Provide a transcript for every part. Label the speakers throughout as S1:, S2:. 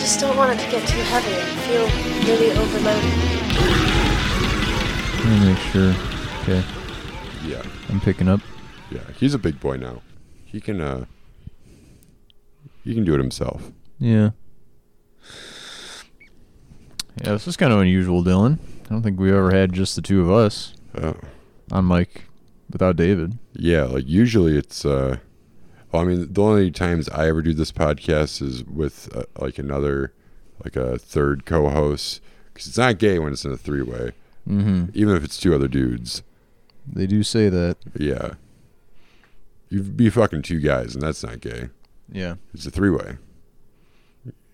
S1: just don't want it to get too heavy. I feel really overloaded.
S2: Let me make sure. Okay,
S3: Yeah,
S2: I'm picking up.
S3: yeah. He's a big boy now. He can uh he can do it himself.
S2: Yeah. Yeah, this is kind of unusual, Dylan. I don't think we ever had just the two of us
S3: Uh,
S2: on mic without David.
S3: yeah, like usually it's uh well, I mean, the only times I ever do this podcast is with uh, like another like a third co-host cuz it's not gay when it's in a three-way,
S2: Mm-hmm.
S3: even if it's two other dudes.
S2: They do say that.
S3: Yeah. You'd be fucking two guys and that's not gay.
S2: Yeah.
S3: It's a three-way.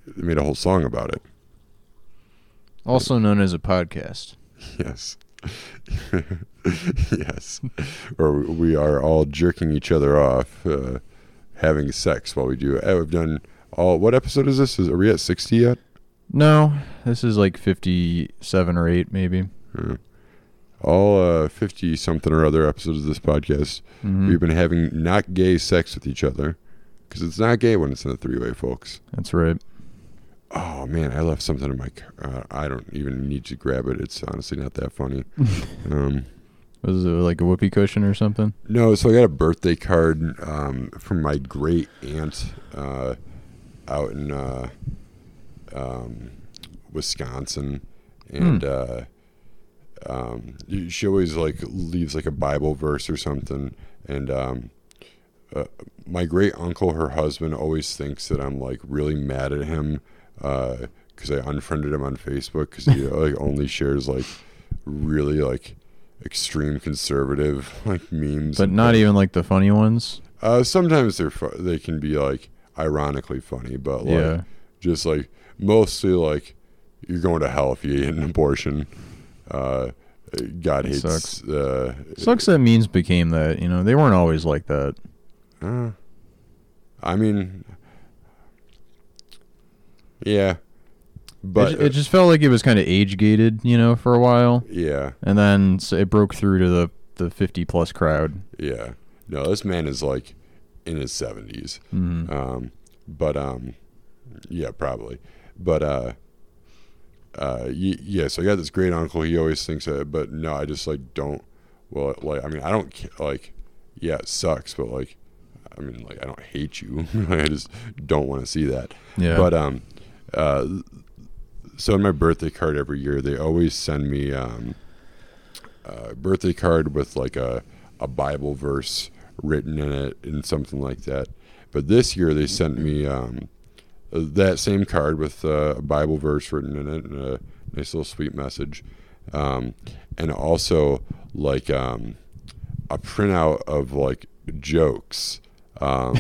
S3: They made a whole song about it.
S2: Also known as a podcast.
S3: Yes. yes. Or we are all jerking each other off, uh, having sex while we do it. Oh, we've done all. What episode is this? Is, are we at 60 yet?
S2: No, this is like 57 or 8, maybe.
S3: Uh, All uh, 50 something or other episodes of this podcast,
S2: hmm
S3: we've been having not gay sex with each other because it's not gay when it's in a three way, folks.
S2: That's right.
S3: Oh, man. I left something in my car. Uh, I don't even need to grab it. It's honestly not that funny. um,
S2: Was it like a whoopee cushion or something?
S3: No, so I got a birthday card um, from my great aunt uh, out in uh, um, Wisconsin, and
S2: Hmm.
S3: uh, um, she always like leaves like a Bible verse or something. And um, uh, my great uncle, her husband, always thinks that I'm like really mad at him because I unfriended him on Facebook because he like only shares like really like extreme conservative like memes
S2: But
S3: and
S2: not
S3: things.
S2: even like the funny ones.
S3: Uh, sometimes they're fu- they can be like ironically funny, but like
S2: Yeah.
S3: just like mostly like you're going to hell if you get an abortion. Uh, God hates.
S2: sucks.
S3: Uh,
S2: Sucks that memes became that, you know. They weren't always like that.
S3: uh, I mean, yeah, but
S2: it, ju- it just felt like it was kind of age gated, you know, for a while,
S3: yeah,
S2: and then s it broke through to the the fifty plus crowd.
S3: yeah. No, this man is like in his seventies.
S2: Mm.
S3: Um, but um, yeah, probably. But uh, uh, y- yeah. So I got this great uncle. He always thinks that. But no, I just like don't. Well, like I mean, I don't ca- like. Yeah, it sucks, but like, I mean, like I don't hate you. I just don't want to see that.
S2: Yeah,
S3: But um, uh, so in my birthday card every year, they always send me um, a birthday card with like a a Bible verse written in it and something like that. But this year they sent me um, that same card with uh, a Bible verse written in it and a nice little sweet message, um, and also like um, a printout of like jokes. Um,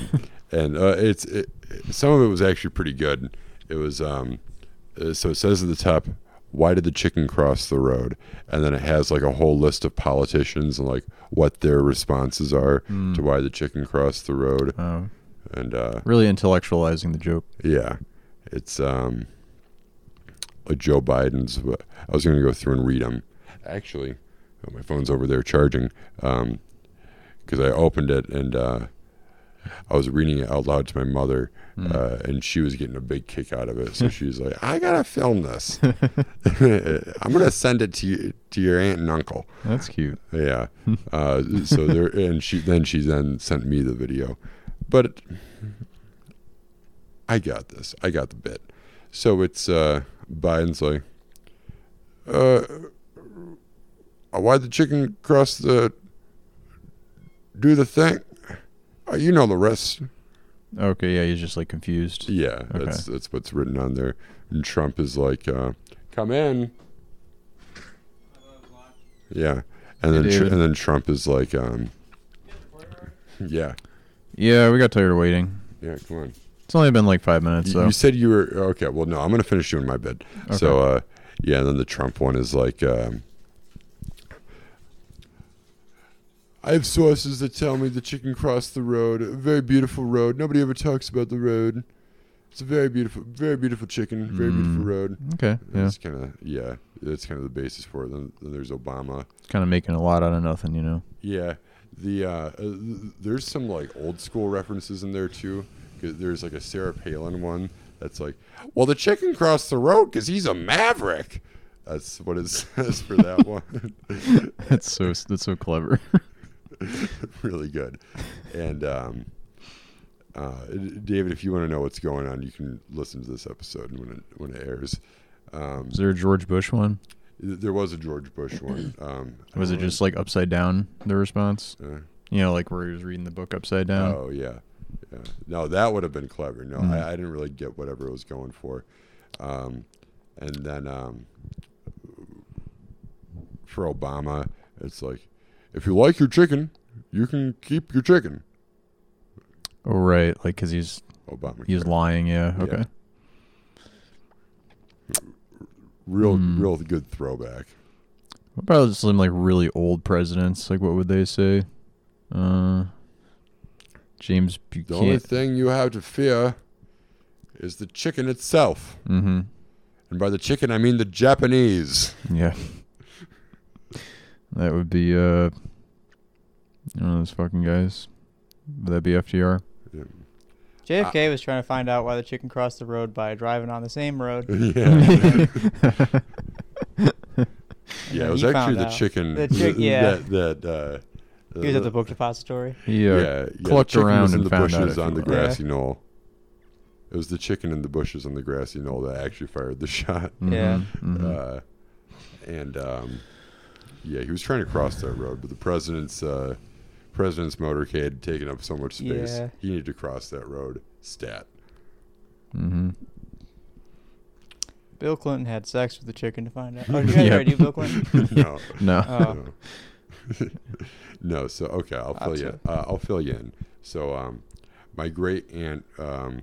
S3: and uh, it's it, it- some of it was actually pretty good. It was um, uh, so it says at the top, "Why did the chicken cross the road?" And then it has like a whole list of politicians and like what their responses are to why the chicken crossed the road.
S2: Um,
S3: And uh,
S2: really intellectualizing the joke.
S3: yeah, it's um, like Joe Biden's. I was going to go through and read them. Actually, oh, my phone's over there charging because I opened it and uh, I was reading it out loud to my mother, uh, and she was getting a big kick out of it. So she was like, "I gotta film this. I'm gonna send it to you, to your aunt and uncle."
S2: That's cute.
S3: Yeah. Uh, so there, and she then she then sent me the video, but I got this. I got the bit. So it's uh, Biden's like, uh, why the chicken cross the do the thing? Uh, you know the rest.
S2: Okay, yeah, he's just like confused.
S3: Yeah, that's that's what's written on there. And Trump is like, uh, "Come in." Yeah, and
S2: Hey,
S3: then tr-
S2: David.
S3: and then Trump is like, um, "Yeah,
S2: Yeah, we got tired of waiting.
S3: yeah, come on."
S2: It's only been like five minutes,
S3: You-
S2: so
S3: You said you were okay. Well, no, I'm gonna finish doing my bid. So, uh, yeah, and then the Trump one is like, um, I have sources that tell me the chicken crossed the road. A very beautiful road. Nobody ever talks about the road. It's a very beautiful, very beautiful chicken. Very beautiful road.
S2: okay, Mm. yeah,
S3: It's kind of yeah. That's kind of the basis for it. Then, then there's Obama.
S2: kind of making a lot out of nothing, you know.
S3: Yeah, the uh, uh, th- there's some like old school references in there too. 'Cause There's like a Sarah Palin one That's like, well, the chicken crossed the road because he's a maverick. That's what it says for that one.
S2: That's so that's so clever.
S3: really good. And um, uh, David, if you want to know what's going on, you can listen to this episode when it, when it airs. Um,
S2: Is there a George Bush one?
S3: there was a George Bush one. Um, I
S2: Was it
S3: don't
S2: just like upside down the response?
S3: Uh.
S2: You know, like where he was reading the book upside down.
S3: Oh yeah, yeah. No, that would have been clever. No, I, I didn't really get whatever it was going for. Um, and then um, for Obama, it's like, if you like your chicken, you can keep your chicken.
S2: Oh, right, like because he's
S3: Obama,
S2: he's lying. Yeah. Okay.
S3: real, real good throwback.
S2: What about some like really old presidents? Like what would they say? Uh, James
S3: The only
S2: Buchanan.
S3: thing you have to fear is the chicken itself,
S2: mm-hmm.
S3: and by the chicken I mean the Japanese.
S2: Yeah. That would be uh one of those fucking guys. Would that be FDR? Uh,
S4: JFK was trying to find out why the chicken crossed the road by driving on the same road.
S3: yeah. Yeah, it
S4: He
S3: was actually
S4: found
S3: the
S4: out.
S3: chicken.
S4: The chick- yeah.
S3: That, that, uh,
S4: He was at the book depository.
S2: He uh,
S3: Yeah, yeah, the
S2: clucked
S3: chicken
S2: around
S3: was in
S2: and
S3: the
S2: found out.
S3: bushes
S2: if
S3: on
S2: he
S3: the
S2: was.
S3: grassy knoll. It was the chicken in the bushes on the grassy knoll that actually fired the shot.
S2: Mm-hmm.
S4: Yeah.
S3: Uh, and um, yeah, he was trying to cross that road, but the president's uh, president's motorcade had taken up so much space.
S4: Yeah.
S3: He needed to cross that road. Stat.
S2: Mm-hmm.
S3: uh,
S4: Bill Clinton had sex with the chicken to find out. Oh, did you guys
S2: Yep.
S4: already do Bill Clinton?
S3: no.
S2: No.
S4: Oh,
S3: No, so okay, I'll fill
S4: That's
S3: you.
S4: it.
S3: Uh, I'll fill you in. So, um, my great aunt, um,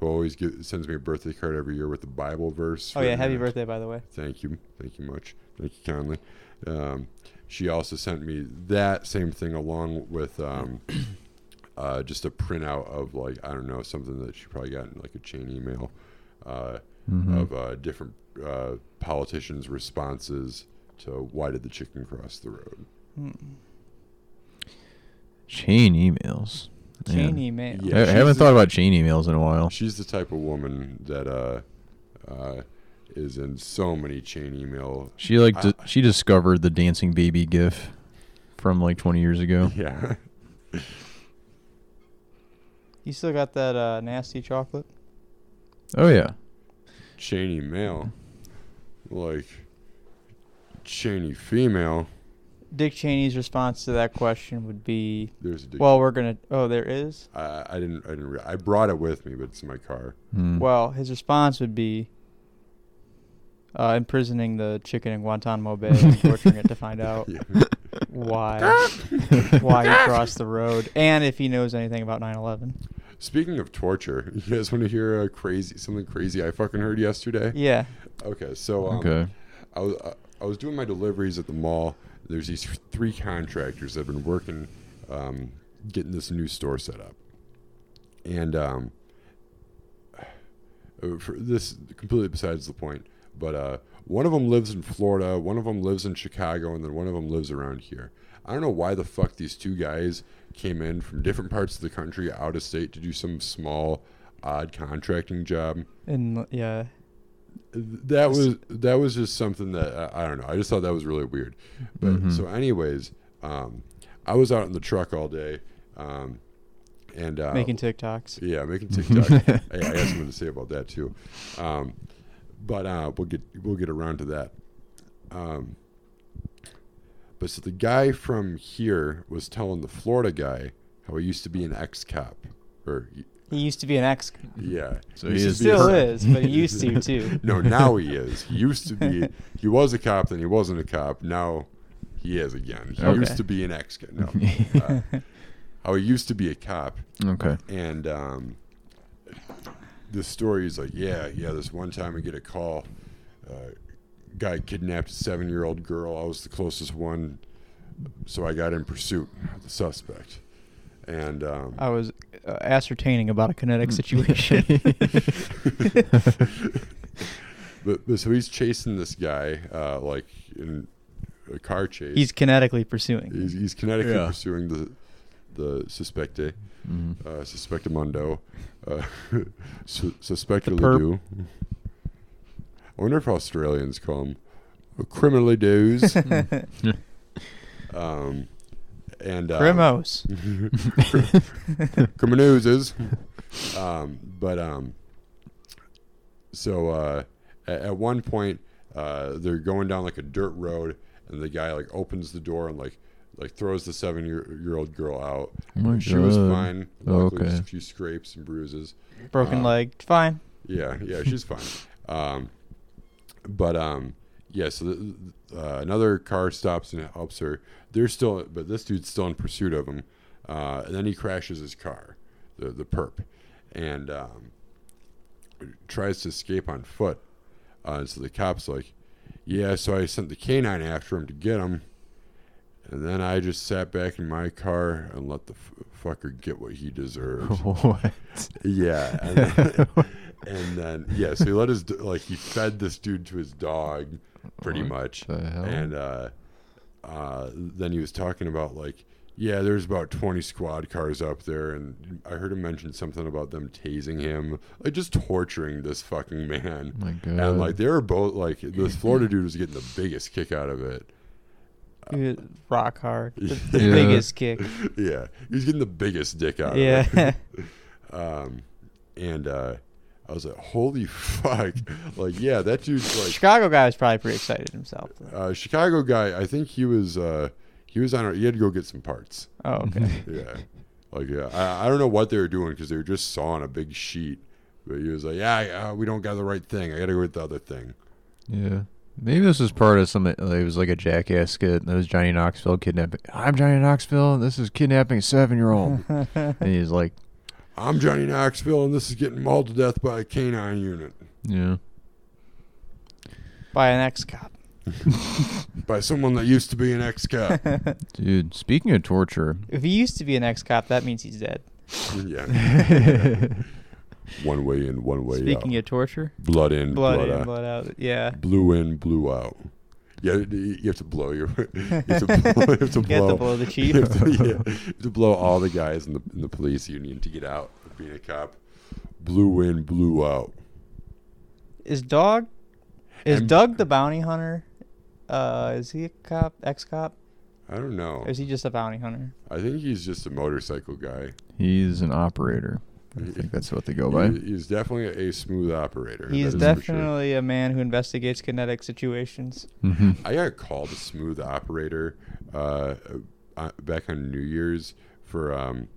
S3: who always give, sends me a birthday card every year with the Bible verse.
S4: oh yeah,
S3: written on
S4: happy
S3: it.
S4: birthday by the way.
S3: Thank you, thank you much, thank you kindly. Um, she also sent me that same thing along with um, uh, just a printout of like I don't know something that she probably got in like a chain email uh,
S2: Mm-hmm.
S3: of uh, different uh, politicians' responses to why did the chicken cross the road.
S4: Hmm.
S2: Chain emails. Yeah.
S4: Chain e- email.
S3: Yeah.
S2: I- I
S3: she's
S2: haven't
S3: the-
S2: thought about chain emails in a while.
S3: She's the type of woman that uh, uh, is in so many chain email.
S2: She like
S3: I-
S2: di- she discovered the dancing baby gif from like 20 years ago.
S3: Yeah,
S4: You still got that uh, nasty chocolate?
S2: Oh yeah.
S3: chain email, like Cheney female.
S4: Dick Cheney's response to that question would be,
S3: There's a dick.
S4: "Well, we're gonna." Oh, there is.
S3: I, I didn't. I didn't. Re- I brought it with me, but it's in my car.
S2: Hmm.
S4: Well, his response would be uh, imprisoning the chicken in Guantanamo Bay and torturing it to find out
S3: Yeah.
S4: why why he crossed the road and if he knows anything about 9/11.
S3: Speaking of torture, you guys want to hear a crazy something crazy I fucking heard yesterday?
S4: Yeah.
S3: Okay, so um,
S2: Okay.
S3: I was I- I was doing my deliveries at the mall. There's these three contractors that have been working, um, getting this new store set up, and um, uh, for this completely besides the point. But uh, one of them lives in Florida, one of them lives in Chicago, and then one of them lives around here. I don't know why the fuck these two guys came in from different parts of the country, out of state, to do some small, odd contracting job
S4: And yeah,
S3: that was that was just something that I, I don't know. I just thought that was really weird. But so, anyways, um, I was out in the truck all day, um, and
S2: Oh.
S3: uh,
S4: making TikToks.
S3: yeah, making TikTok. hey, I got something to say about that too. Um, but uh, we'll get we'll get around to that. Um, but so the guy from here was telling the Florida guy how he used to be an ex cop, or
S4: He used to be an ex.
S3: yeah,
S2: So
S3: He
S2: he
S3: should
S2: is
S3: be
S4: Still
S3: hurt.
S4: is, but he used to too.
S3: No, now he is. He used to be. He was a cop, then he wasn't a cop. Now he is again. He
S2: Okay.
S3: used to be an ex. No, uh, how he used to be a cop,
S2: Okay.
S3: and um, the story is like, yeah, yeah. This one time I get a call, uh, guy kidnapped a seven-year-old girl. I was the closest one, so I got in pursuit of the suspect, and um,
S4: I was uh, ascertaining about a kinetic situation.
S3: but, but so he's chasing this guy, uh, like in a car chase.
S4: He's kinetically pursuing.
S3: He's, he's kinetically
S2: Yeah.
S3: pursuing the the suspecte,
S2: hmm
S3: uh, suspectamundo, uh, su- suspecta
S4: The perp.
S3: ledoux. I wonder if Australians call them criminally do's. um, and
S2: uh,
S3: um,
S4: Grimos.
S3: Criminoses. um, but um, so uh, at, at one point, uh, they're going down like a dirt road, and the guy like opens the door and like like throws the seven year, year old girl out.
S2: Oh my
S3: she was
S2: God.
S3: fine.
S2: Oh,
S3: Luckily, just a
S2: okay.
S3: few scrapes and bruises.
S4: Broken
S2: uh,
S3: um,
S4: leg. Fine.
S3: Yeah, yeah, she's fine. Um, but um, yeah. So th- uh, another car stops and helps her. They're still, but this dude's still in pursuit of him. Uh, and then he crashes his car, the the perp, and um, tries to escape on foot. Uh, and so the cops like, yeah. So I sent the canine after him to get him. And then I just sat back in my car and let the f- fucker get what he deserved.
S2: What?
S3: Yeah, and then, and then yeah, so he let his d- like he fed this dude to his dog, pretty
S2: What
S3: much,
S2: the hell?
S3: and uh, uh, then he was talking about like yeah, there's about twenty squad cars up there, and I heard him mention something about them tasing him, like just torturing this fucking man,
S2: my God.
S3: and like they were both like this Florida dude was getting the biggest kick out of it.
S4: You Rock hard. The, the
S2: uh, Yeah.
S4: biggest kick.
S3: yeah, he was getting the biggest dick out of it.
S4: Yeah.
S3: um, and uh, I was like, "Holy fuck!" like, yeah, that dude's like
S4: Chicago guy was probably pretty excited himself. though.
S3: uh, Chicago guy. I think he was uh, he was on. He had to go get some parts.
S4: Oh, okay.
S3: Yeah, like yeah, I, I don't know what they were doing because they were just sawing a big sheet. But he was like, "Yeah, I- uh, we don't got the right thing. I got to go with the other thing."
S2: Yeah. Maybe this was part of something. like, It was like a jackass skit. and It was Johnny Knoxville kidnapping. I'm Johnny Knoxville. and This is kidnapping a seven year old. and he's like,
S3: I'm Johnny Knoxville, and this is getting mauled to death by a canine unit
S2: yeah.
S4: By an ex cop.
S3: by someone that used to be an ex-cop.
S2: Dude, speaking of torture,
S4: If he used to be an ex cop, that means he's dead.
S3: yeah, one way in, one way out.
S4: Speaking of torture,
S3: blood in,
S4: blood,
S3: blood,
S4: in,
S3: out. Mm.
S4: blood out. Yeah.
S3: blew in, blew out. Yeah, you- you have to blow your. You have to blow. You have to
S4: Get the
S3: blow,
S4: blow the
S3: you
S4: chief.
S3: have to, yeah, you have to blow all the guys in the in the police union to get out of being a cop. Blew in, blew out.
S4: Is dog? Is
S3: And-
S4: Doug the bounty hunter? Uh, is he a cop? Ex cop?
S3: I don't know.
S4: Or is he just a bounty hunter?
S3: I think he's just a motorcycle guy.
S2: he's an operator. I think that's what they go by.
S3: He- he's definitely a smooth operator. that
S4: He's
S3: is for Sure.
S4: definitely a man who investigates kinetic situations.
S2: Mhm.
S3: I got called a smooth operator uh, uh, back on New Year's for um,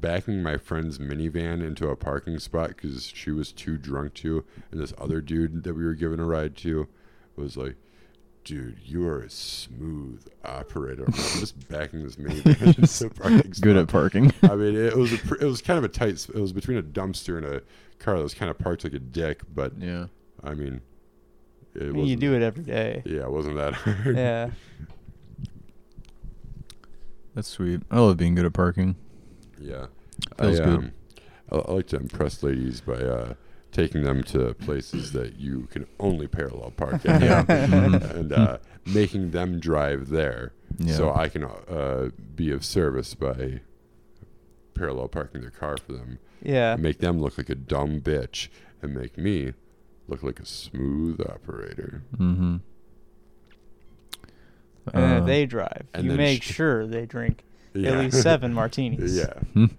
S3: backing my friend's minivan into a parking spot because she was too drunk to. And this other dude that we were giving a ride to was like, dude, you are a smooth operator. I'm like, just backing this minivan into a parking spot.
S2: Good at parking.
S3: I mean, it was a, pr- it was kind of a tight. sp- It was between a dumpster and a car that was kind of parked like a dick. But
S2: yeah.
S3: I mean, it
S4: I mean, you
S3: wasn't-
S4: do it every day.
S3: Yeah, it wasn't that hard.
S4: Yeah.
S2: That's sweet. I love being good at parking.
S3: Yeah,
S2: Feels
S3: I,
S2: good.
S3: Um, I, I like to impress ladies by uh, taking them to places that you can only parallel park at,
S2: Yeah. Mhm.
S3: and uh, making them drive there,
S2: Yeah.
S3: so I can uh, be of service by parallel parking their car for them,
S4: Yeah.
S3: make them look like a dumb bitch, and make me look like a smooth operator.
S2: mm-hmm. Uh,
S4: And if Uh, they drive,
S3: and
S4: you
S3: then
S4: make
S3: sh-
S4: sure they drink
S3: Yeah.
S4: at least seven martinis.
S3: yeah.
S2: hmm.
S4: And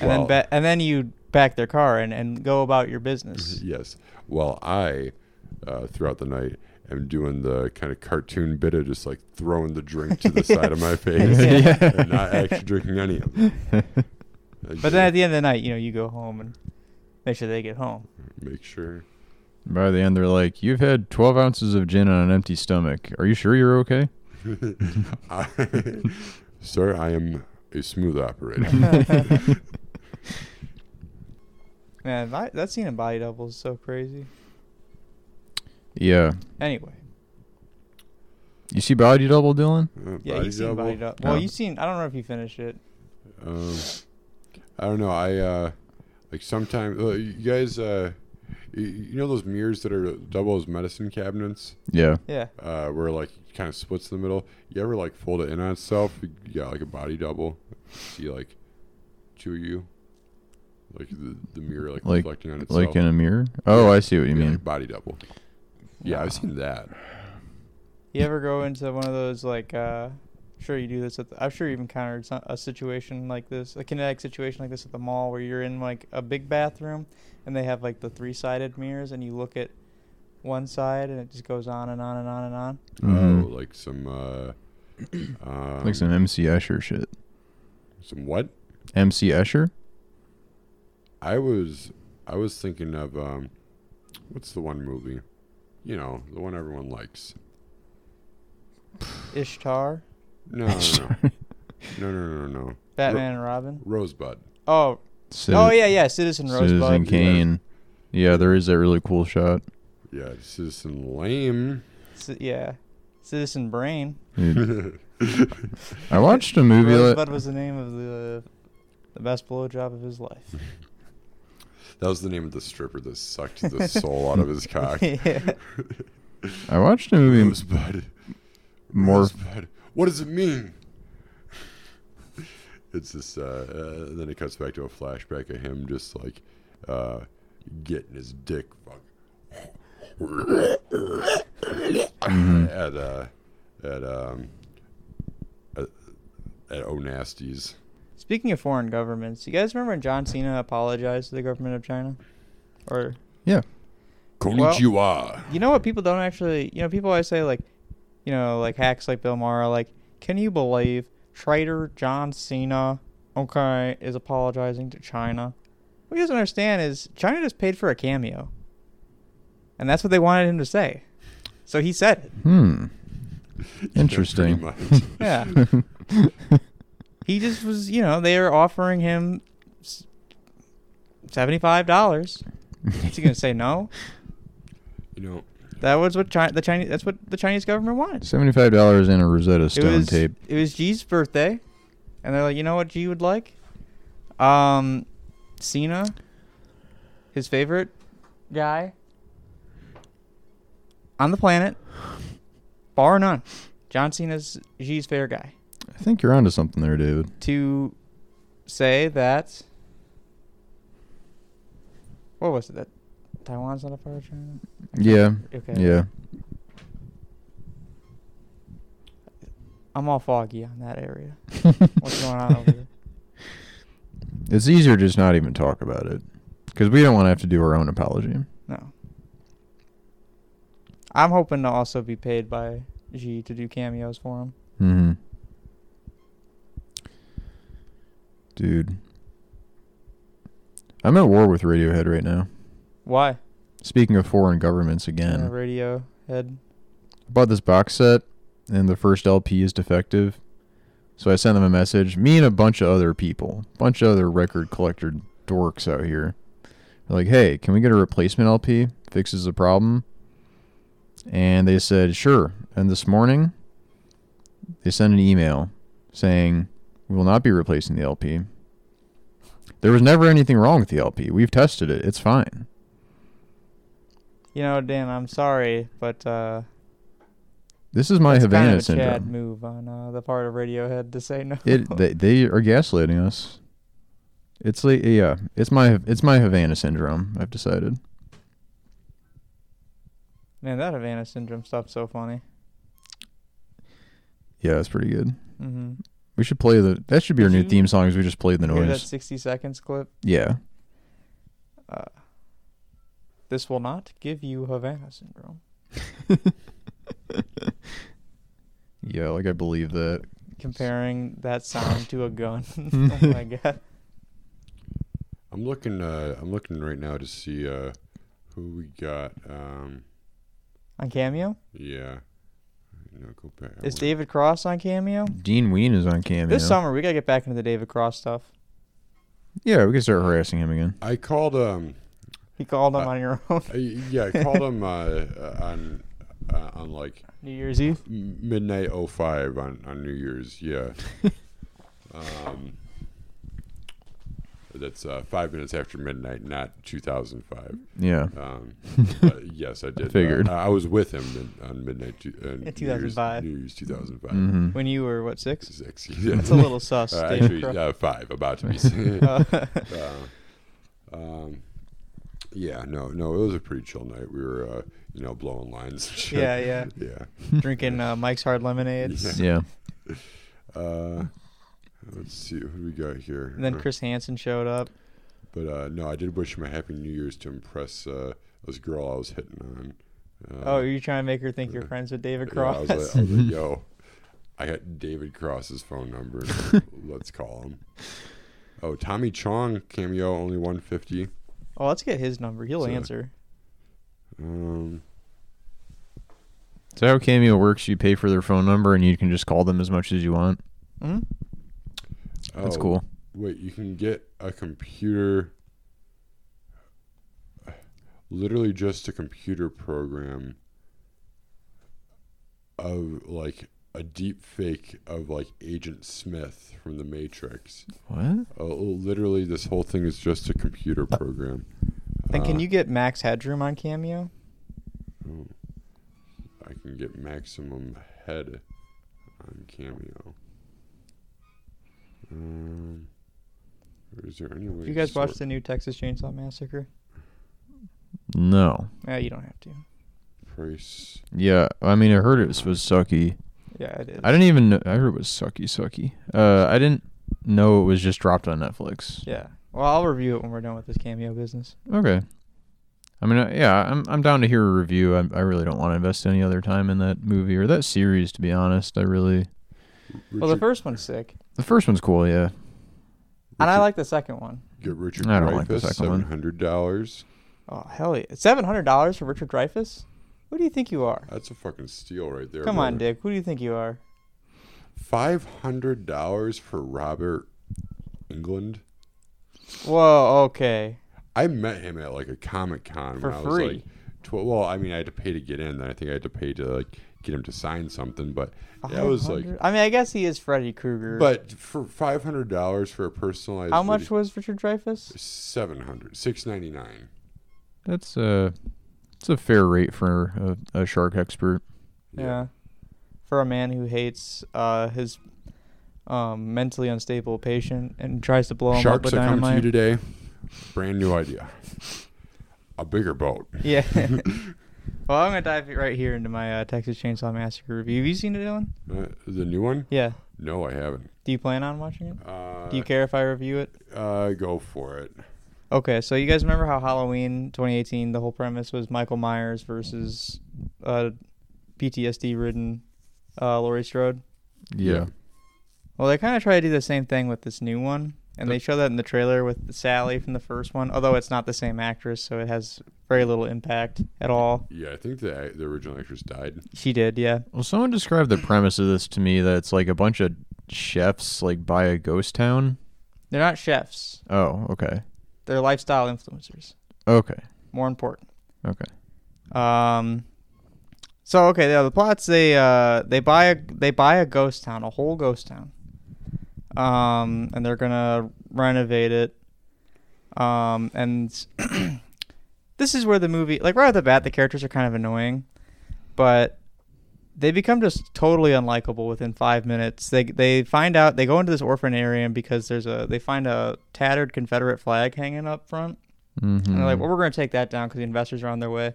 S3: Well-
S4: then ba- and then you back their car and, and go about your business.
S3: Yes. While I, uh, throughout the night, am doing the kind of cartoon bit of just like throwing the drink to the side of my face
S2: Yeah.
S3: and not actually drinking any of it. Like,
S4: But then at the end of the night, you know, you go home and make sure they get home.
S3: make sure.
S2: By the end, they're like, "You've had 12 ounces of gin on an empty stomach. Are you sure you're okay?"
S3: I, sir, I am a smooth operator.
S4: Man, that, that scene in Body Double is so crazy.
S2: Yeah.
S4: Anyway,
S2: You see Body Double, Dylan?
S3: Uh,
S4: yeah,
S3: body
S4: you've seen
S3: double.
S4: Body Double. Well,
S2: Yeah.
S4: you've seen. I don't know if you finished it.
S3: Um, I don't know. I uh, like sometimes uh, you guys uh, y- you know those mirrors that are double as medicine cabinets,
S2: Yeah.
S4: Yeah.
S3: uh, where like kind of splits in the middle. You ever like fold it in on itself? You got like a body double. See like two of you, like the, the mirror like,
S2: Like-
S3: reflecting on itself.
S2: Like in a mirror? Oh, I see what you
S3: Yeah, like
S2: mean.
S3: body double. Yeah, I've seen that.
S4: You ever go into one of those like? uh I'm Sure, you do this. At the, I'm sure you've encountered some, a situation like this, a kinetic situation like this at the mall, where you're in like a big bathroom, and they have like the three-sided mirrors, and you look at one side, and it just goes on and on and on and on.
S2: Mhm.
S3: Oh, like some uh, um,
S2: Like some MC Escher shit.
S3: some what?
S2: MC Escher?
S3: I was I was thinking of um, what's the one movie? You know, the one everyone likes.
S4: Ishtar,
S3: No, no, no, no, no, no, no.
S4: Batman and Robin.
S3: Rosebud.
S4: Oh,
S2: Citi-
S4: oh yeah, yeah, Citizen
S2: Citizen
S4: Rosebud.
S2: Kane. Yeah, there is that really cool shot.
S3: Yeah, Citizen Lame.
S4: Ci- yeah, Citizen Brain.
S2: Dude,
S3: Rosebud
S2: I watched a movie. like-
S4: Rosebud was the name of the uh, the best blowjob of his life.
S3: That was the name of the stripper that sucked the soul out of his cock.
S4: yeah.
S2: I watched a movie
S3: Rosebud.
S2: more.
S3: Rosebud. What does it mean? It's just, uh, uh, then it cuts back to a flashback of him just like uh, getting his dick fucked at uh, at um at, at O'Nasty's.
S4: Speaking of foreign governments, you guys remember when John Cena apologized to the government of China? Or
S2: Yeah.
S3: Konnichiwa.
S4: you know what people don't actually you know, people always say like you know, like hacks like Bill Maher, like, can you believe traitor John Cena, okay, is apologizing to China? What he doesn't understand is China just paid for a cameo. And that's what they wanted him to say. So he said it.
S2: Hmm.
S3: Yeah,
S2: Interesting.
S3: pretty much.
S4: Yeah. he just was, you know, they were offering him s- $75. Is he going to say no?
S3: you know,
S4: That was what China, the Chinese that's what the Chinese government wanted.
S2: Seventy-five dollars and a Rosetta
S4: It
S2: Stone
S4: was
S2: tape.
S4: it was G's birthday and they're like, "You know what G would like? Um Cena his favorite guy on the planet bar none. John Cena's G's favorite guy.
S2: I think you're onto something there, David.
S4: to say that what was it that Taiwan's not a part of China?
S2: Yeah.
S4: Okay.
S2: Yeah.
S4: I'm all foggy on that area. What's going on over there?
S2: It's easier just not even talk about it, because we don't want to have to do our own apology.
S4: No. I'm hoping to also be paid by G to do cameos for him.
S2: Hmm. Dude, I'm at war with Radiohead right now.
S4: Why?
S2: Speaking of foreign governments again,
S4: Uh, radio head.
S2: I bought this box set, and the first LP is defective. So I sent them a message. Me and a bunch of other people, bunch of other record collector dorks out here, are like, "Hey, can we get a replacement LP? Fixes the problem." And they said, "Sure." And this morning, they sent an email saying, "We will not be replacing the LP." There was never anything wrong with the LP. We've tested it. It's fine.
S4: You know, Dan, I'm sorry, but uh
S2: This is my
S4: it's
S2: Havana
S4: kind of a
S2: syndrome.
S4: Chad move on uh, the part of Radiohead to say no.
S2: It they, they are gaslighting us. It's like yeah, it's my it's my Havana syndrome. I've decided.
S4: Man, that Havana syndrome stuff's so funny.
S2: Yeah, it's pretty good.
S4: Mm-hmm.
S2: We should play the that should be our new
S4: Did you-
S2: theme song. Is we just play the
S4: Hear that
S2: noise.
S4: 60 seconds clip?
S2: Yeah,
S4: Uh, this will not give you Havana syndrome.
S2: yeah. Like I believe that.
S4: Comparing that sound to a gun. oh my god.
S3: I'm looking. Uh, I'm looking right now to see uh, who we got. Um,
S4: On Cameo?
S3: yeah. No, go back. I
S4: Is
S3: wanna-
S4: David Cross on Cameo?
S2: Dean Ween is on cameo.
S4: This summer, we gotta get back into the David Cross stuff.
S2: Yeah, we can start harassing him again.
S3: I called um
S4: You called him
S3: Uh,
S4: on your own
S3: I, yeah I called him uh, uh, on uh, on like
S4: New Year's Eve.
S3: m- midnight 05 on on New Year's yeah um That's uh, five minutes after midnight, not 2005.
S2: Yeah.
S3: Um, but yes, I did.
S2: figured.
S3: Uh, I was with him in, on midnight two, uh, New Year's-
S4: 2005.
S3: New Year's 2005.
S2: hmm
S4: When you were what six?
S3: Six. yeah.
S4: That's a little sus.
S3: Uh,
S4: Dave
S3: actually,
S4: Crow.
S3: uh, five, about to be six.
S4: Uh,
S3: Uh, um, yeah, no, no, it was a pretty chill night. We were, uh, you know, blowing lines. and shit.
S4: Yeah, yeah.
S3: yeah.
S4: drinking uh, Mike's hard lemonades.
S2: Yeah.
S3: Uh, let's see what do we got here.
S4: And then
S3: Uh,
S4: Chris Hansen showed up.
S3: but uh, no, I did wish him a happy New Year's to impress uh, this girl I was hitting on. Uh,
S4: Oh, you're trying to make her think you're friends with David
S3: yeah, I
S4: Cross.
S3: was, like, I was like, yo, I got David Cross's phone number. Let's call him. Oh, Tommy Chong cameo only 150.
S4: oh, let's get his number. He'll
S3: So-
S4: answer.
S3: Um,
S2: So how Cameo works, you pay for their phone number and you can just call them as much as you want.
S4: Mhm.
S2: That's
S3: oh,
S2: cool.
S3: Wait, you can get a computer, literally just a computer program of like a deep fake of like Agent Smith from The Matrix.
S2: What?
S3: Uh, literally, this whole thing is just a computer program.
S4: Then
S3: Uh,
S4: can you get Max Headroom on Cameo?
S3: I can get maximum head on Cameo. Um, or is there any way?
S4: Have you guys
S3: to sort-
S4: watched the new Texas Chainsaw Massacre?
S2: No.
S4: Uh, you don't have to.
S3: price?
S2: Yeah. I mean, I heard it was, was sucky.
S4: Yeah, I did.
S2: I didn't even. Know, I heard it was sucky, sucky. Uh, I didn't know it was just dropped on Netflix.
S4: Yeah. Well, I'll review it when we're done with this Cameo business.
S2: Okay. I mean, uh, yeah, I'm I'm down to hear a review. I I really don't want to invest any other time in that movie or that series. To be honest, I really
S4: Well, the
S3: Richard-
S4: first one's sick,
S2: the first one's cool. Yeah,
S4: and I
S3: Richard-
S4: like the second one.
S3: Get Richard
S2: I don't like the
S3: Dreyfuss,
S2: second one.
S3: seven hundred dollars.
S4: Oh hell yeah! Seven hundred dollars for Richard Dreyfuss? Who do you think you are?
S3: That's a fucking steal right there.
S4: Come on,
S3: brother.
S4: Dick. Who do you think you are?
S3: Five hundred dollars for Robert England.
S4: Whoa. Okay.
S3: I met him at like a comic con
S4: For
S3: when I was
S4: free.
S3: like, tw- well, I mean, I had to pay to get in. Then I think I had to pay to like get him to sign something, but that was like.
S4: 500? I mean, I guess he is Freddy Krueger.
S3: But for five hundred dollars for a personalized,
S4: how much was Richard Dreyfuss?
S3: Seven hundred, six ninety nine.
S2: that's a it's a fair rate for a, a shark expert.
S4: Yeah. For a man who hates uh, his um, mentally unstable patient and tries to blow him
S3: Sharks
S4: up with
S3: are coming to you
S4: dynamite.
S3: today. Brand new idea. A bigger boat.
S4: yeah. well, I'm gonna dive right here into my uh, Texas Chainsaw Massacre review. Have you seen it, Dylan?
S3: Uh, the new one?
S4: Yeah.
S3: No, I haven't.
S4: Do you plan on watching it?
S3: Uh,
S4: Do you care if I review it?
S3: uh, go for it.
S4: Okay, so you guys remember how Halloween 2018, the whole premise was Michael Myers versus uh, PTSD-ridden uh, Laurie Strode.
S2: Yeah,
S4: Well, they kind of try to do the same thing with this new one, and they show that in the trailer with Sally from the first one. Although it's not the same actress, so it has very little impact at all.
S3: Yeah, I think the the original actress died.
S4: She did, yeah.
S2: Well, someone described the premise of this to me that it's like a bunch of chefs like buy a ghost town.
S4: They're not chefs;
S2: Oh, okay,
S4: they're lifestyle influencers.
S2: okay,
S4: More important.
S2: okay.
S4: Um, so okay, yeah, the plots they uh they buy a they buy a ghost town, a whole ghost town. Um, and they're gonna renovate it. Um, and this is where the movie, like right off the bat, the characters are kind of annoying, but they become just totally unlikable within five minutes. They they find out they go into this orphanarium because there's a they find a tattered Confederate flag hanging up front.
S2: Mm-hmm.
S4: And they're like, well, we're going to take that down because the investors are on their way.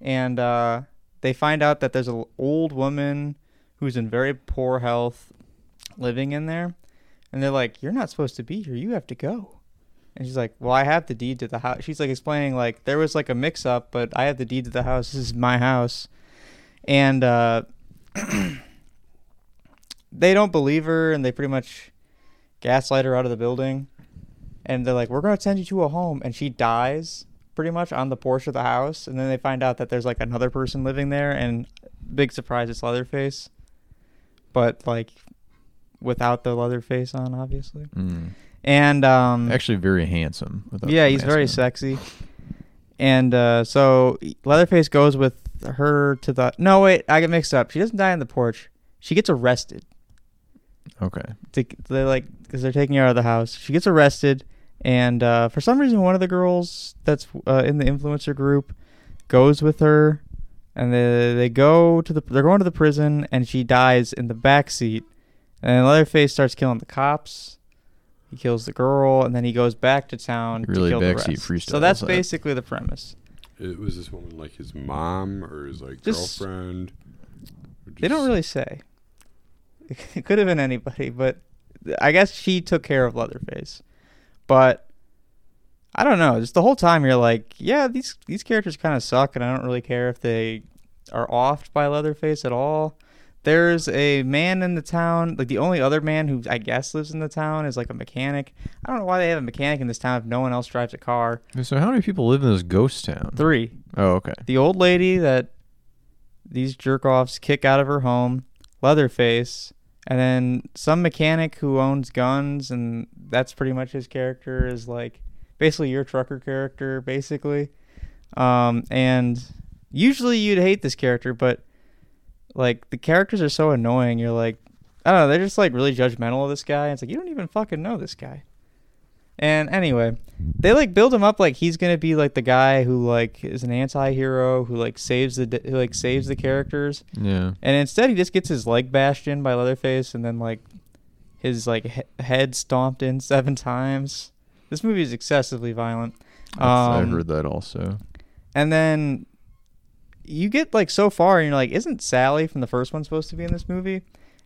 S4: And uh, they find out that there's an old woman who's in very poor health living in there. And they're like, you're not supposed to be here. You have to go. And she's like, well, I have the deed to the house. She's like explaining, like, there was like a mix up, but I have the deed to the house. This is my house. And uh, they don't believe her and they pretty much gaslight her out of the building and they're like, "We're gonna send you to a home," and she dies pretty much on the porch of the house. And then they find out that there's like another person living there, and big surprise, it's Leatherface, but like without the Leatherface on, obviously.
S2: Mm.
S4: And um,
S2: Actually, very handsome. without
S4: yeah,
S2: the
S4: he's
S2: mask
S4: very
S2: on.
S4: sexy. And uh, so Leatherface goes with her to the. No, wait, I get mixed up. She doesn't die on the porch. She gets arrested
S2: Okay.
S4: to, they're like because they're taking her out of the house. She gets arrested, And uh, for some reason, one of the girls that's uh, in the influencer group goes with her, and they, they go to the they're going to the prison, and she dies in the back seat. And Leatherface starts killing the cops. He kills the girl, and then he goes back to town
S2: Really
S4: to kill the
S2: backseat
S4: rest. So
S2: freestyles
S4: that's
S2: that.
S4: basically the premise.
S3: It was this woman like his mom or his like
S4: Just-
S3: girlfriend. Or
S4: They don't
S3: just-
S4: really say. It could have been anybody, but I guess she took care of Leatherface. But I don't know. Just the whole time you're like, yeah, these these characters kind of suck, and I don't really care if they are offed by Leatherface at all. There's a man in the town, like the only other man who I guess lives in the town is like a mechanic. I don't know why they have a mechanic in this town if no one else drives a car.
S2: So how many people live in this ghost town?
S4: Three,
S2: Oh, okay.
S4: the old lady that these jerk offs kick out of her home, Leatherface, and then some mechanic who owns guns, and that's pretty much his character is like basically your trucker character, basically. Um, and usually you'd hate this character, but like the characters are so annoying. You're like, I don't know, they're just like really judgmental of this guy. It's like you don't even fucking know this guy. And anyway, they like build him up like he's gonna be like the guy who like is an anti-hero who like saves the who like saves the characters,
S2: Yeah.
S4: and instead he just gets his leg bashed in by Leatherface and then like his like he- head stomped in seven times. This movie is excessively violent.
S2: That's- I've
S4: Um,
S2: heard that also.
S4: and then you get like so far and you're like, isn't Sally from the first one supposed to be in this movie?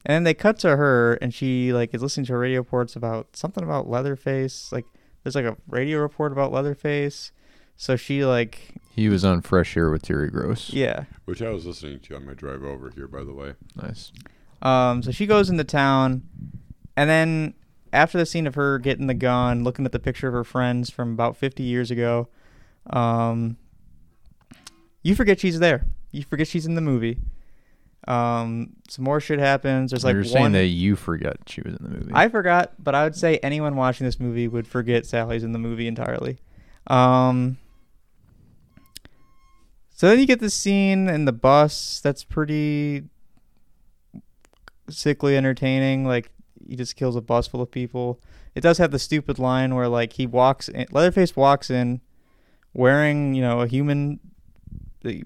S4: And then they cut to her and she like is listening to radio reports about something about Leatherface. Like there's like a radio report about Leatherface. So she like
S2: He was on Fresh Air with Terry Gross.
S4: yeah.
S3: Which I was listening to on my drive over here, by the way.
S2: Nice.
S4: Um so she goes into town and then after the scene of her getting the gun, looking at the picture of her friends from about fifty years ago, um you forget she's there. You forget she's in the movie. Um, some more shit happens. There's like
S2: You're saying
S4: one.
S2: that you forgot she was in the movie.
S4: I forgot, but I would say anyone watching this movie would forget Sally's in the movie entirely. Um, so then you get this scene in the bus that's pretty sickly entertaining. Like he just kills a bus full of people. It does have the stupid line where like he walks in, Leatherface walks in wearing you know a human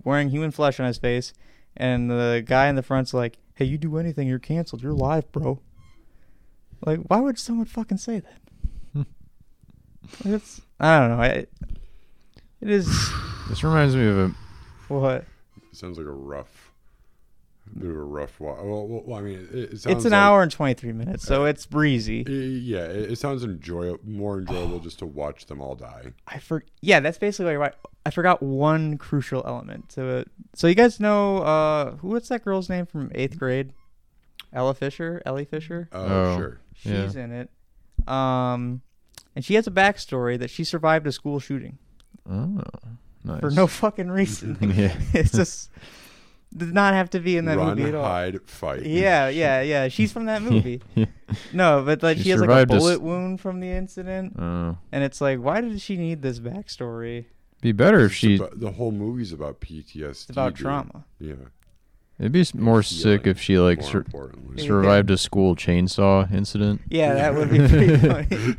S4: wearing human flesh on his face, and the guy in the front's like, "Hey, you do anything, you're canceled. You're live, bro." Like, why would someone fucking say that? it's I don't know. I, it is
S2: this reminds me of a
S4: what
S3: It sounds like a rough, a bit of a rough walk. Well, well, well, I mean, it, it sounds
S4: it's an
S3: like-
S4: hour and twenty three minutes, so it's breezy.
S3: i- yeah, it, it sounds enjoyable, more enjoyable just to watch them all die.
S4: I for yeah, that's basically why why- I forgot one crucial element to it. So you guys know uh who what's that girl's name from eighth grade? Ella Fisher, Ellie Fisher.
S3: Oh,
S2: Oh.
S3: sure.
S2: Yeah.
S4: She's in it. Um, and she has a backstory that she survived a school shooting
S2: oh, nice.
S4: for no fucking reason.
S2: yeah.
S4: it's just did not have to be in that
S3: Run,
S4: movie at all.
S3: hide, fight.
S4: Yeah, yeah, yeah. She's from that movie. no, but like she,
S2: She
S4: has like a
S2: survived a s-
S4: bullet wound from the incident,
S2: Oh.
S4: and it's like, why did she need this backstory?
S2: Be better if
S3: It's
S2: she.
S3: about- the whole movie's about PTSD.
S4: It's about
S3: dude.
S4: trauma.
S3: Yeah.
S2: It'd be s-
S3: uh,
S2: more sick if she like
S3: More
S2: sur-
S3: importantly.
S2: survived a school chainsaw incident.
S4: Yeah, that would be pretty funny.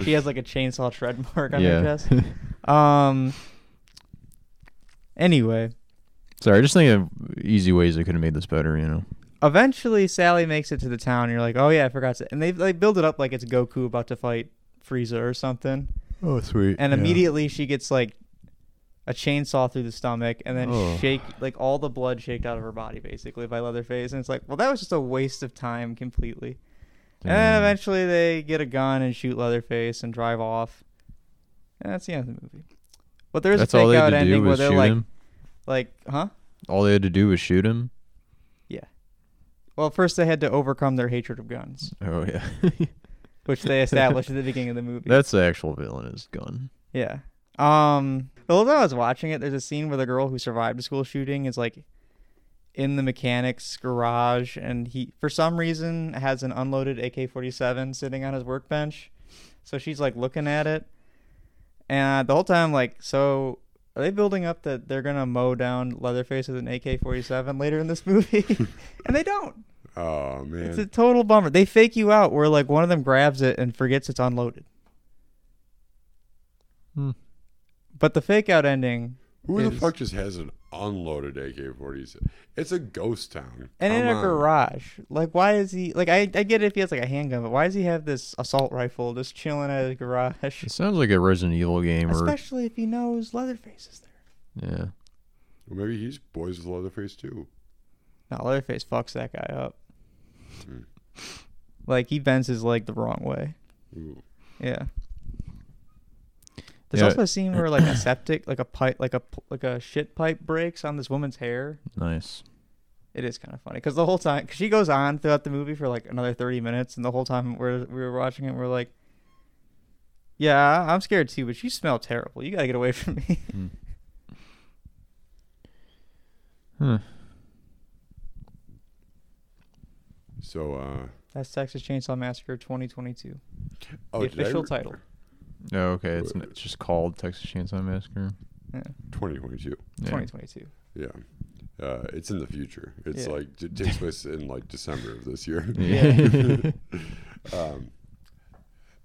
S4: she has like a chainsaw tread mark on her
S2: Yeah.
S4: chest. Um. Anyway,
S2: Sorry, I just think of easy ways I could have made this better. You know.
S4: eventually Sally makes it to the town. And you're like, oh yeah, I forgot to. And they like build it up like it's Goku about to fight Frieza or something.
S2: Oh, sweet.
S4: and immediately she gets like a chainsaw through the stomach and then
S2: Oh.
S4: shake like all the blood shaked out of her body basically by Leatherface and it's like well that was just a waste of time completely and then
S2: Damn.
S4: eventually they get a gun and shoot Leatherface and drive off and that's the end of the movie but there's
S2: That's
S4: a fake
S2: all they
S4: out
S2: had to do
S4: ending where
S2: was
S4: they're
S2: shoot
S4: like
S2: him.
S4: like huh
S2: All they had to do was shoot him.
S4: well first they had to overcome their hatred of guns
S2: Oh yeah.
S4: which they established at the beginning of the movie
S2: That's the actual villain is gun.
S4: Yeah. Um. Although I was watching it, there's a scene where the girl who survived a school shooting is like in the mechanic's garage, and he, for some reason, has an unloaded AK-47 sitting on his workbench. So she's like looking at it, and the whole time, like, so are they building up that they're gonna mow down Leatherface with an AK-47 later in this movie? and they don't.
S3: Oh man.
S4: It's a total bummer. They fake you out where like one of them grabs it and forgets it's unloaded.
S2: Hmm.
S4: But the fake out ending,
S3: Who the
S4: Is-
S3: fuck just has an unloaded AK 47? It's a ghost town.
S4: and in
S3: Come
S4: a
S3: on.
S4: garage. Like, why is he? Like, I, I get it if he has like a handgun, but why does he have this assault rifle just chilling at his garage?
S2: It sounds like a Resident Evil game, or
S4: Especially if he knows Leatherface is there.
S2: yeah,
S3: Well, maybe he's boys with Leatherface too.
S4: No, Leatherface fucks that guy up.
S3: Hmm.
S4: Like he bends his leg the wrong way.
S3: Ooh.
S4: Yeah. There's
S2: Yeah.
S4: also a scene where like a septic, like a pipe, like a p- like a shit pipe breaks on this woman's hair.
S2: nice.
S4: It is kind of funny because the whole time, cause she goes on throughout the movie for like another thirty minutes, and the whole time we're we were watching it, we're like, "Yeah, I'm scared too, but you smell terrible. You gotta get away from me."
S2: Huh.
S3: So, uh,
S4: That's Texas Chainsaw Massacre 2022,
S3: oh,
S4: the
S3: did I
S4: official
S3: re-
S4: title.
S2: Oh, okay. It's, n- it's just called Texas Chainsaw Massacre.
S3: 2022.
S2: Yeah.
S4: 2022.
S3: Yeah. Uh, it's in the future. It's
S4: Yeah.
S3: like it takes place in like December of this year.
S2: Yeah.
S3: um,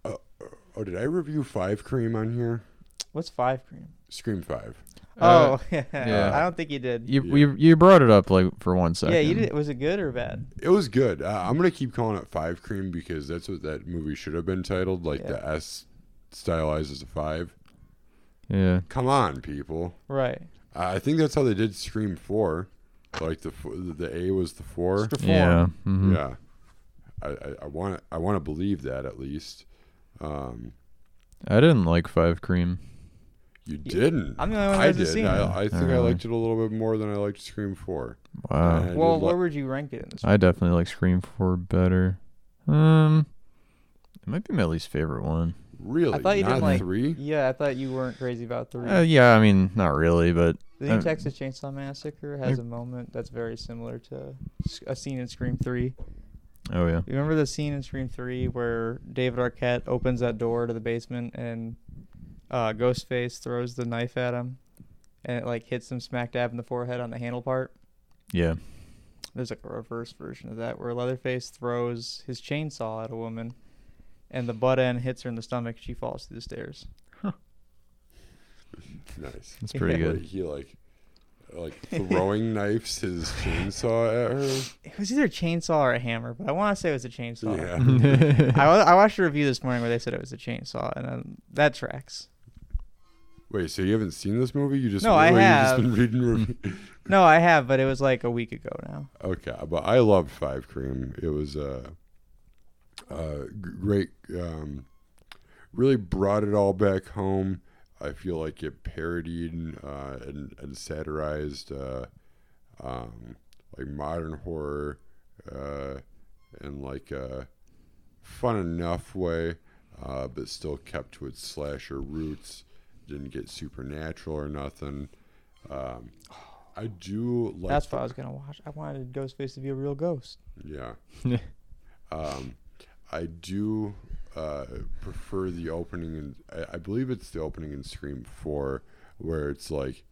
S3: uh, oh, did I review Five Cream on here?
S4: What's five cream?
S3: Scream Five.
S2: Uh,
S4: oh yeah.
S2: yeah.
S4: I don't think you did.
S2: you
S3: Yeah.
S2: you you brought it up like for one second.
S4: yeah, you did. Was it good or bad?
S3: It was good. Uh, I'm gonna keep calling it Five Cream because that's what that movie should have been titled. Like the S stylized as a five.
S2: Yeah.
S3: Come on, people.
S4: Right.
S3: I I think that's how they did Scream Four. Like the f- the A was the four.
S4: It's the
S2: Yeah.
S4: form.
S2: mhm.
S3: Yeah, I, I, I want I want to believe that at least. Um,
S2: I didn't like Five Cream.
S3: you
S4: Yeah.
S3: didn't.
S4: I'm the only one that
S3: I
S4: hasn't
S3: did.
S4: seen it.
S3: I, I think I
S2: Alright. Oh.
S3: liked it a little bit more than I liked Scream Four.
S2: Wow.
S3: And I did
S4: Well,
S3: li-
S4: where would you rank it in this?
S2: I definitely like Scream Four better. Um, it might be my least favorite one.
S3: really
S4: I thought you
S3: not
S4: didn't like-
S3: three.
S4: yeah, I thought you weren't crazy about three.
S2: Uh, yeah, I mean, not really, but
S4: the new
S2: uh,
S4: Texas Chainsaw Massacre has a moment that's very similar to s- a scene in Scream Three.
S2: oh yeah,
S4: You remember the scene in Scream Three where David Arquette opens that door to the basement and uh, Ghostface throws the knife at him, and it like hits him smack dab in the forehead on the handle part.
S2: yeah,
S4: there's like a reverse version of that where Leatherface throws his chainsaw at a woman, and the butt end hits her in the stomach. She falls through the stairs.
S3: Nice.
S2: it's pretty
S4: Yeah.
S3: Like,
S2: good.
S3: he like like throwing knives his chainsaw at her.
S4: It was either a chainsaw or a hammer, but I want to say it was a chainsaw.
S3: Yeah.
S4: I, wa- I watched a review this morning where they said it was a chainsaw, and um, that tracks.
S3: Wait, so you haven't seen this movie? You just
S4: No, I
S3: wait,
S4: have.
S3: You just been reading. Review-
S4: No, I have, but it was like a week ago now.
S3: okay, but I loved Five Cream. It was uh, uh, g- great. Um, really brought it all back home. I feel like it parodied uh, and, and satirized uh, um, like modern horror uh, in like a fun enough way, uh, but still kept to its slasher roots. Didn't get supernatural or nothing. Um, I do like
S4: That's what I was gonna watch. I wanted Ghostface to be a real ghost.
S3: yeah. um, I do uh, prefer the opening, and I, I believe it's the opening in Scream Four, where it's like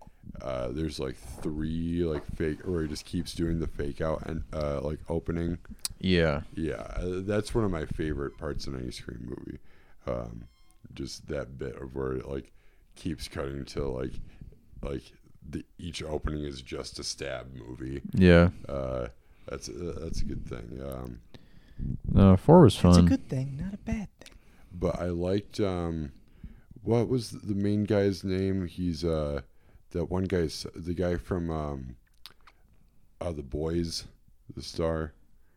S3: uh, there's like three like fake, or it just keeps doing the fake out and uh, like opening.
S2: Yeah,
S3: Yeah, uh, that's one of my favorite parts in any Scream movie. Um, just that bit of where it like keeps cutting to like like the each opening is just a stab movie.
S2: yeah.
S3: Uh, that's uh, that's a good thing. Um,
S2: No, four was
S4: It's a
S2: fun.
S4: good thing, not a bad thing.
S3: but I liked um, what was the main guy's name? He's uh, that one guy's the guy from um, uh, the Boys, the star.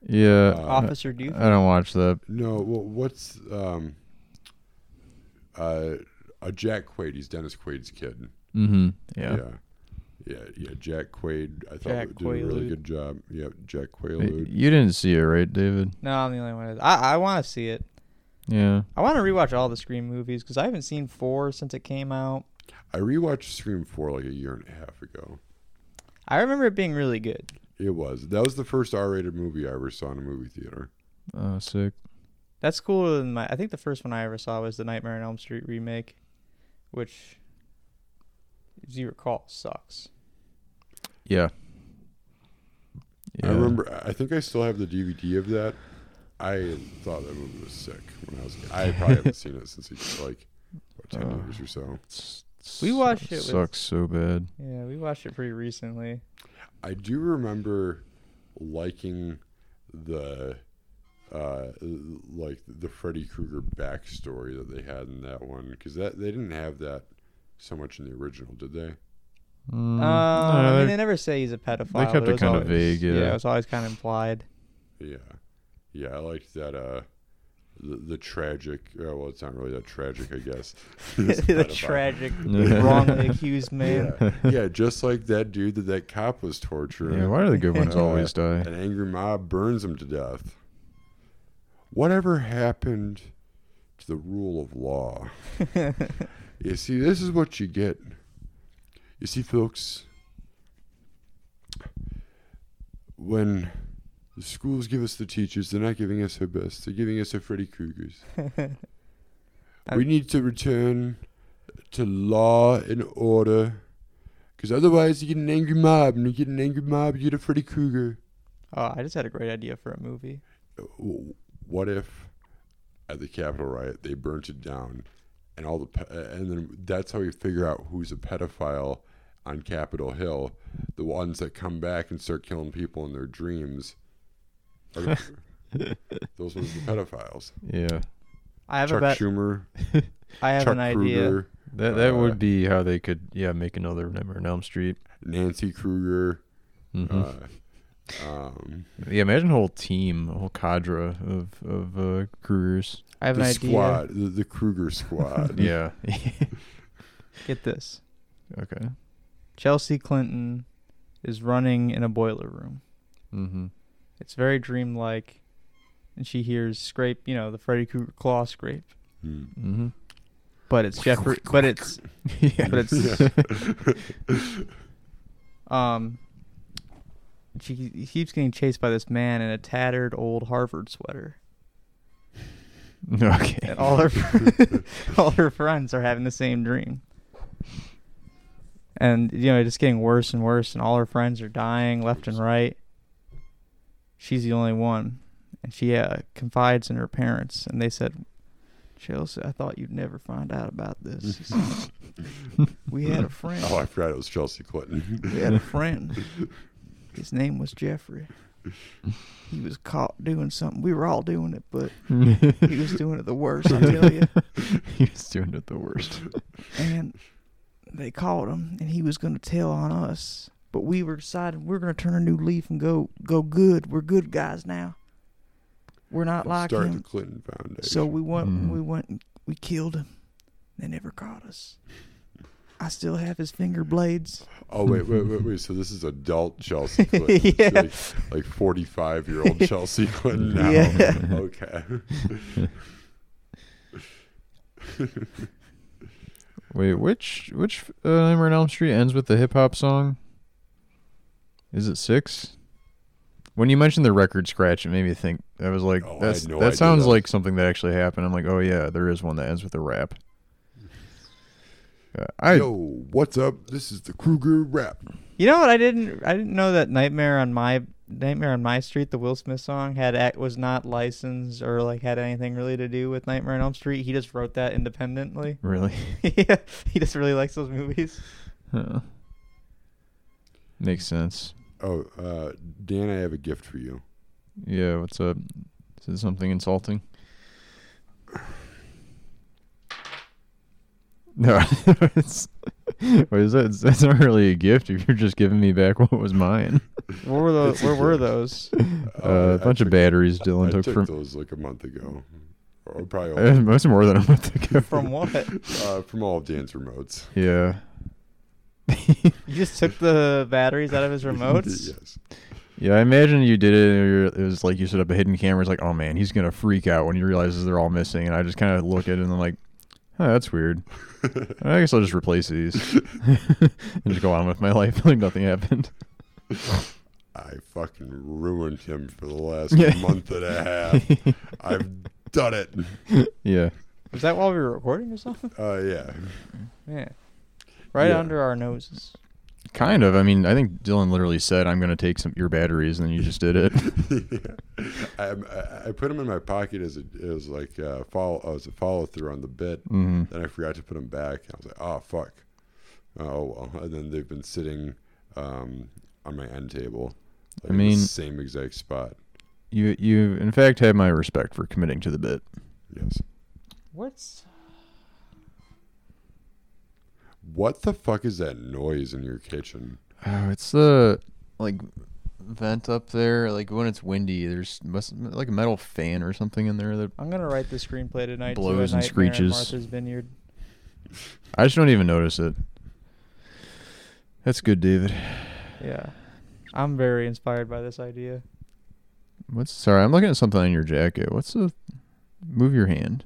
S2: yeah,
S3: Uh,
S4: Officer Doof.
S2: I don't watch that.
S3: No, well, what's um, uh, a Jack Quaid? He's Dennis Quaid's kid.
S2: Mm-hmm. Yeah.
S3: yeah, yeah, yeah, Jack Quaid. I thought
S4: Jack
S3: did a really
S4: Quaalude.
S3: good job. Yeah, Jack
S2: Hey,
S3: Quaalude.
S2: You didn't see it, right, David?
S4: No, I'm the only one. I I want to see it.
S2: Yeah.
S4: I want to rewatch all the Scream movies because I haven't seen four since it came out.
S3: I rewatched Scream Four like a year and a half ago.
S4: I remember it being really good.
S3: It was that was the first R-rated movie I ever saw in a movie theater.
S2: Oh, sick.
S4: That's cooler than my. I think the first one I ever saw was the Nightmare on Elm Street remake, which, as you recall, sucks.
S2: Yeah.
S3: I remember. I think I still have the DVD of that. I thought that movie was sick when I was. a kid. I probably haven't seen it since it's like about ten
S2: Uh,
S3: years or so.
S2: It's-
S4: We
S2: su-
S4: watched it with-
S2: Sucks so bad.
S4: Yeah, we watched it pretty recently.
S3: I do remember liking the uh like the Freddy Krueger backstory that they had in that one because that they didn't have that so much in the original, did they?
S2: Mm,
S4: Um,
S2: no,
S4: I mean,
S2: they-
S4: they never say he's a pedophile.
S2: kept
S4: but
S2: it
S4: was
S2: kinda
S4: always-
S2: vague, yeah.
S4: it was always kind of implied.
S3: Yeah, yeah. I liked that. Uh, the, the tragic. Uh, well, it's not really that tragic, I guess. He's a
S4: the
S3: pedophile.
S4: tragic, wrongly accused man.
S3: Yeah. yeah, just like that dude that that cop was torturing.
S2: yeah, why do the good ones
S3: Uh,
S2: always die?
S3: An angry mob burns him to death. Whatever happened to the rule of law? you see, this is what you get. You see, folks, when the schools give us the teachers, they're not giving us their best. They're giving us their Freddy Kruegers. we need to return to law and order. Because otherwise, you get an angry mob, and you get an angry mob, you get a Freddy Krueger.
S4: Oh, I just had a great idea for a movie.
S3: w- what if at the Capitol riot they burnt it down, and all the pe- and then that's how we figure out who's a pedophile on Capitol Hill. The ones that come back and start killing people in their dreams. Are, those ones are the pedophiles.
S2: Yeah,
S4: I have
S3: Chuck
S4: a bet.
S3: Schumer,
S4: I have
S3: Chuck
S4: an idea.
S3: Kruger,
S2: that that
S3: Uh,
S2: would be how they could yeah make another Nightmare on Elm Street.
S3: Nancy Kruger.
S2: Mhm.
S3: Uh, um,
S2: yeah, imagine a whole team, a whole cadre of of uh, Krugers.
S4: I have
S3: the
S4: an idea.
S3: squad, the, the Kruger squad.
S2: Yeah.
S4: Get this.
S2: okay.
S4: Chelsea Clinton is running in a boiler room.
S2: Mm-hmm.
S4: It's very dreamlike, and she hears scrape, you know, the Freddy Krueger claw scrape.
S3: Hmm.
S2: Mm-hmm.
S4: But it's Jeffrey. but it's
S2: yeah.
S4: but it's um. She he keeps getting chased by this man in a tattered old Harvard sweater,
S2: Okay. Mm-hmm.
S4: and all her all her friends are having the same dream. And you know, it's just getting worse and worse, and all her friends are dying left and right. She's the only one, and she uh, confides in her parents, and they said, "Chelsea, I thought you'd never find out about this. we had a friend.
S3: Oh, I forgot it was Chelsea Clinton.
S4: We had a friend. His name was Jeffrey. He was caught doing something. We were all doing it, but he was doing it the worst, I tell you.
S2: he was doing it the worst.
S4: And they caught him, and he was going to tell on us. But we were deciding we're going to turn a new leaf and go go good. We're good guys now. We're not like
S3: Start the
S4: him.
S3: Clinton Foundation.
S4: So we went
S2: Mhm.
S4: we went and we killed him. They never caught us. I still have his finger blades.
S3: Oh wait, wait, wait, wait. So this is adult Chelsea Clinton, It's
S4: Yeah.
S3: like like forty-five-year-old Chelsea Clinton now.
S4: Yeah.
S3: Okay.
S2: Wait, which which uh, Nightmare on Elm Street ends with the hip hop song? Is it six? When you mentioned the record scratch, it made me think. I was like,
S3: Oh, I
S2: that's,
S3: had no
S2: that
S3: idea
S2: sounds
S3: that-
S2: like something that actually happened. I'm like, oh yeah, there is one that ends with a rap. Uh, I
S3: Yo, what's up? This is the Kruger rap.
S4: You know what? I didn't. I didn't know that "Nightmare on My Nightmare on My Street," the Will Smith song, had act was not licensed or like had anything really to do with "Nightmare on Elm Street." He just wrote that independently.
S2: really
S4: yeah, he just really likes those movies.
S2: Huh. makes sense.
S3: Oh, uh, Dan, I have a gift for you.
S2: Yeah, what's up? Is it something insulting? No, it's, what is that? That's not really a gift if you're just giving me back what was mine.
S4: Where were those?
S3: That's a
S4: Where were
S3: gift.
S4: those?
S2: Uh,
S3: Oh,
S2: a
S3: I
S2: bunch of
S3: took-
S2: batteries
S3: I
S2: Dylan took,
S3: took
S2: from.
S3: those like a month ago, or probably
S2: Uh,
S3: all,
S2: most more than a month ago.
S4: From what?
S3: uh, from all of Dan's remotes.
S2: yeah.
S4: You just took the batteries out of his remotes.
S3: yes.
S2: Yeah, I imagine you did it. and you're- It was like you set up a hidden camera. It's like, oh man, he's gonna freak out when he realizes they're all missing. And I just kind of look at it and I'm like, oh, that's weird. I guess I'll just replace these and just go on with my life like nothing happened.
S3: I fucking ruined him for the last
S2: Yeah.
S3: month and a half. I've done it.
S2: Yeah,
S4: Was that while we were recording or something?
S3: Uh, yeah.
S4: Yeah. Right
S3: Yeah.
S4: under our noses.
S2: Kind of. I mean, I think Dylan literally said, "I'm going to take some your batteries," and then you just did it.
S3: I, I- I put them in my pocket as a, as like uh follow as a follow through on the bit.
S2: mm-hmm.
S3: Then I forgot to put them back. I was like, oh fuck. Oh well. And then they've been sitting um, on my end table.
S2: I
S3: Like in the
S2: mean-
S3: same exact spot.
S2: You you in fact have my respect for committing to the bit.
S3: Yes.
S4: What's
S3: What the fuck is that noise in your kitchen?
S2: Oh, it's the like vent up there. Like when it's windy, there's must, like a metal fan or something in there. That
S4: I'm gonna write the screenplay tonight.
S2: Blows
S4: to a
S2: and
S4: Nightmare in
S2: screeches.
S4: Martha's Vineyard.
S2: I just don't even notice it. That's good, David.
S4: Yeah, I'm very inspired by this idea.
S2: What's sorry? I'm looking at something on your jacket. What's the? Move your hand.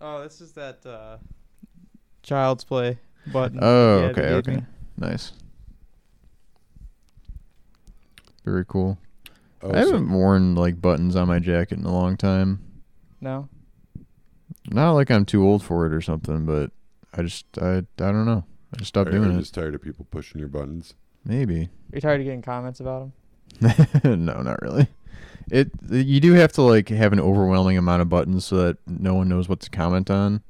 S4: Oh, this is that uh, child's play button.
S2: Oh,
S4: Yeah, they
S2: okay,
S4: gave
S2: okay,
S4: me.
S2: nice. Very cool.
S3: Oh,
S2: I
S3: so-
S2: haven't worn like buttons on my jacket in a long time.
S4: No,
S2: Not like I'm too old for it or something, but I just I I don't know. I just stopped
S3: are, are
S2: doing
S3: you
S2: it.
S3: just tired of people pushing your buttons?
S2: Maybe.
S4: you're tired of getting comments about them.
S2: no, not really. It you do have to like have an overwhelming amount of buttons so that no one knows what to comment on.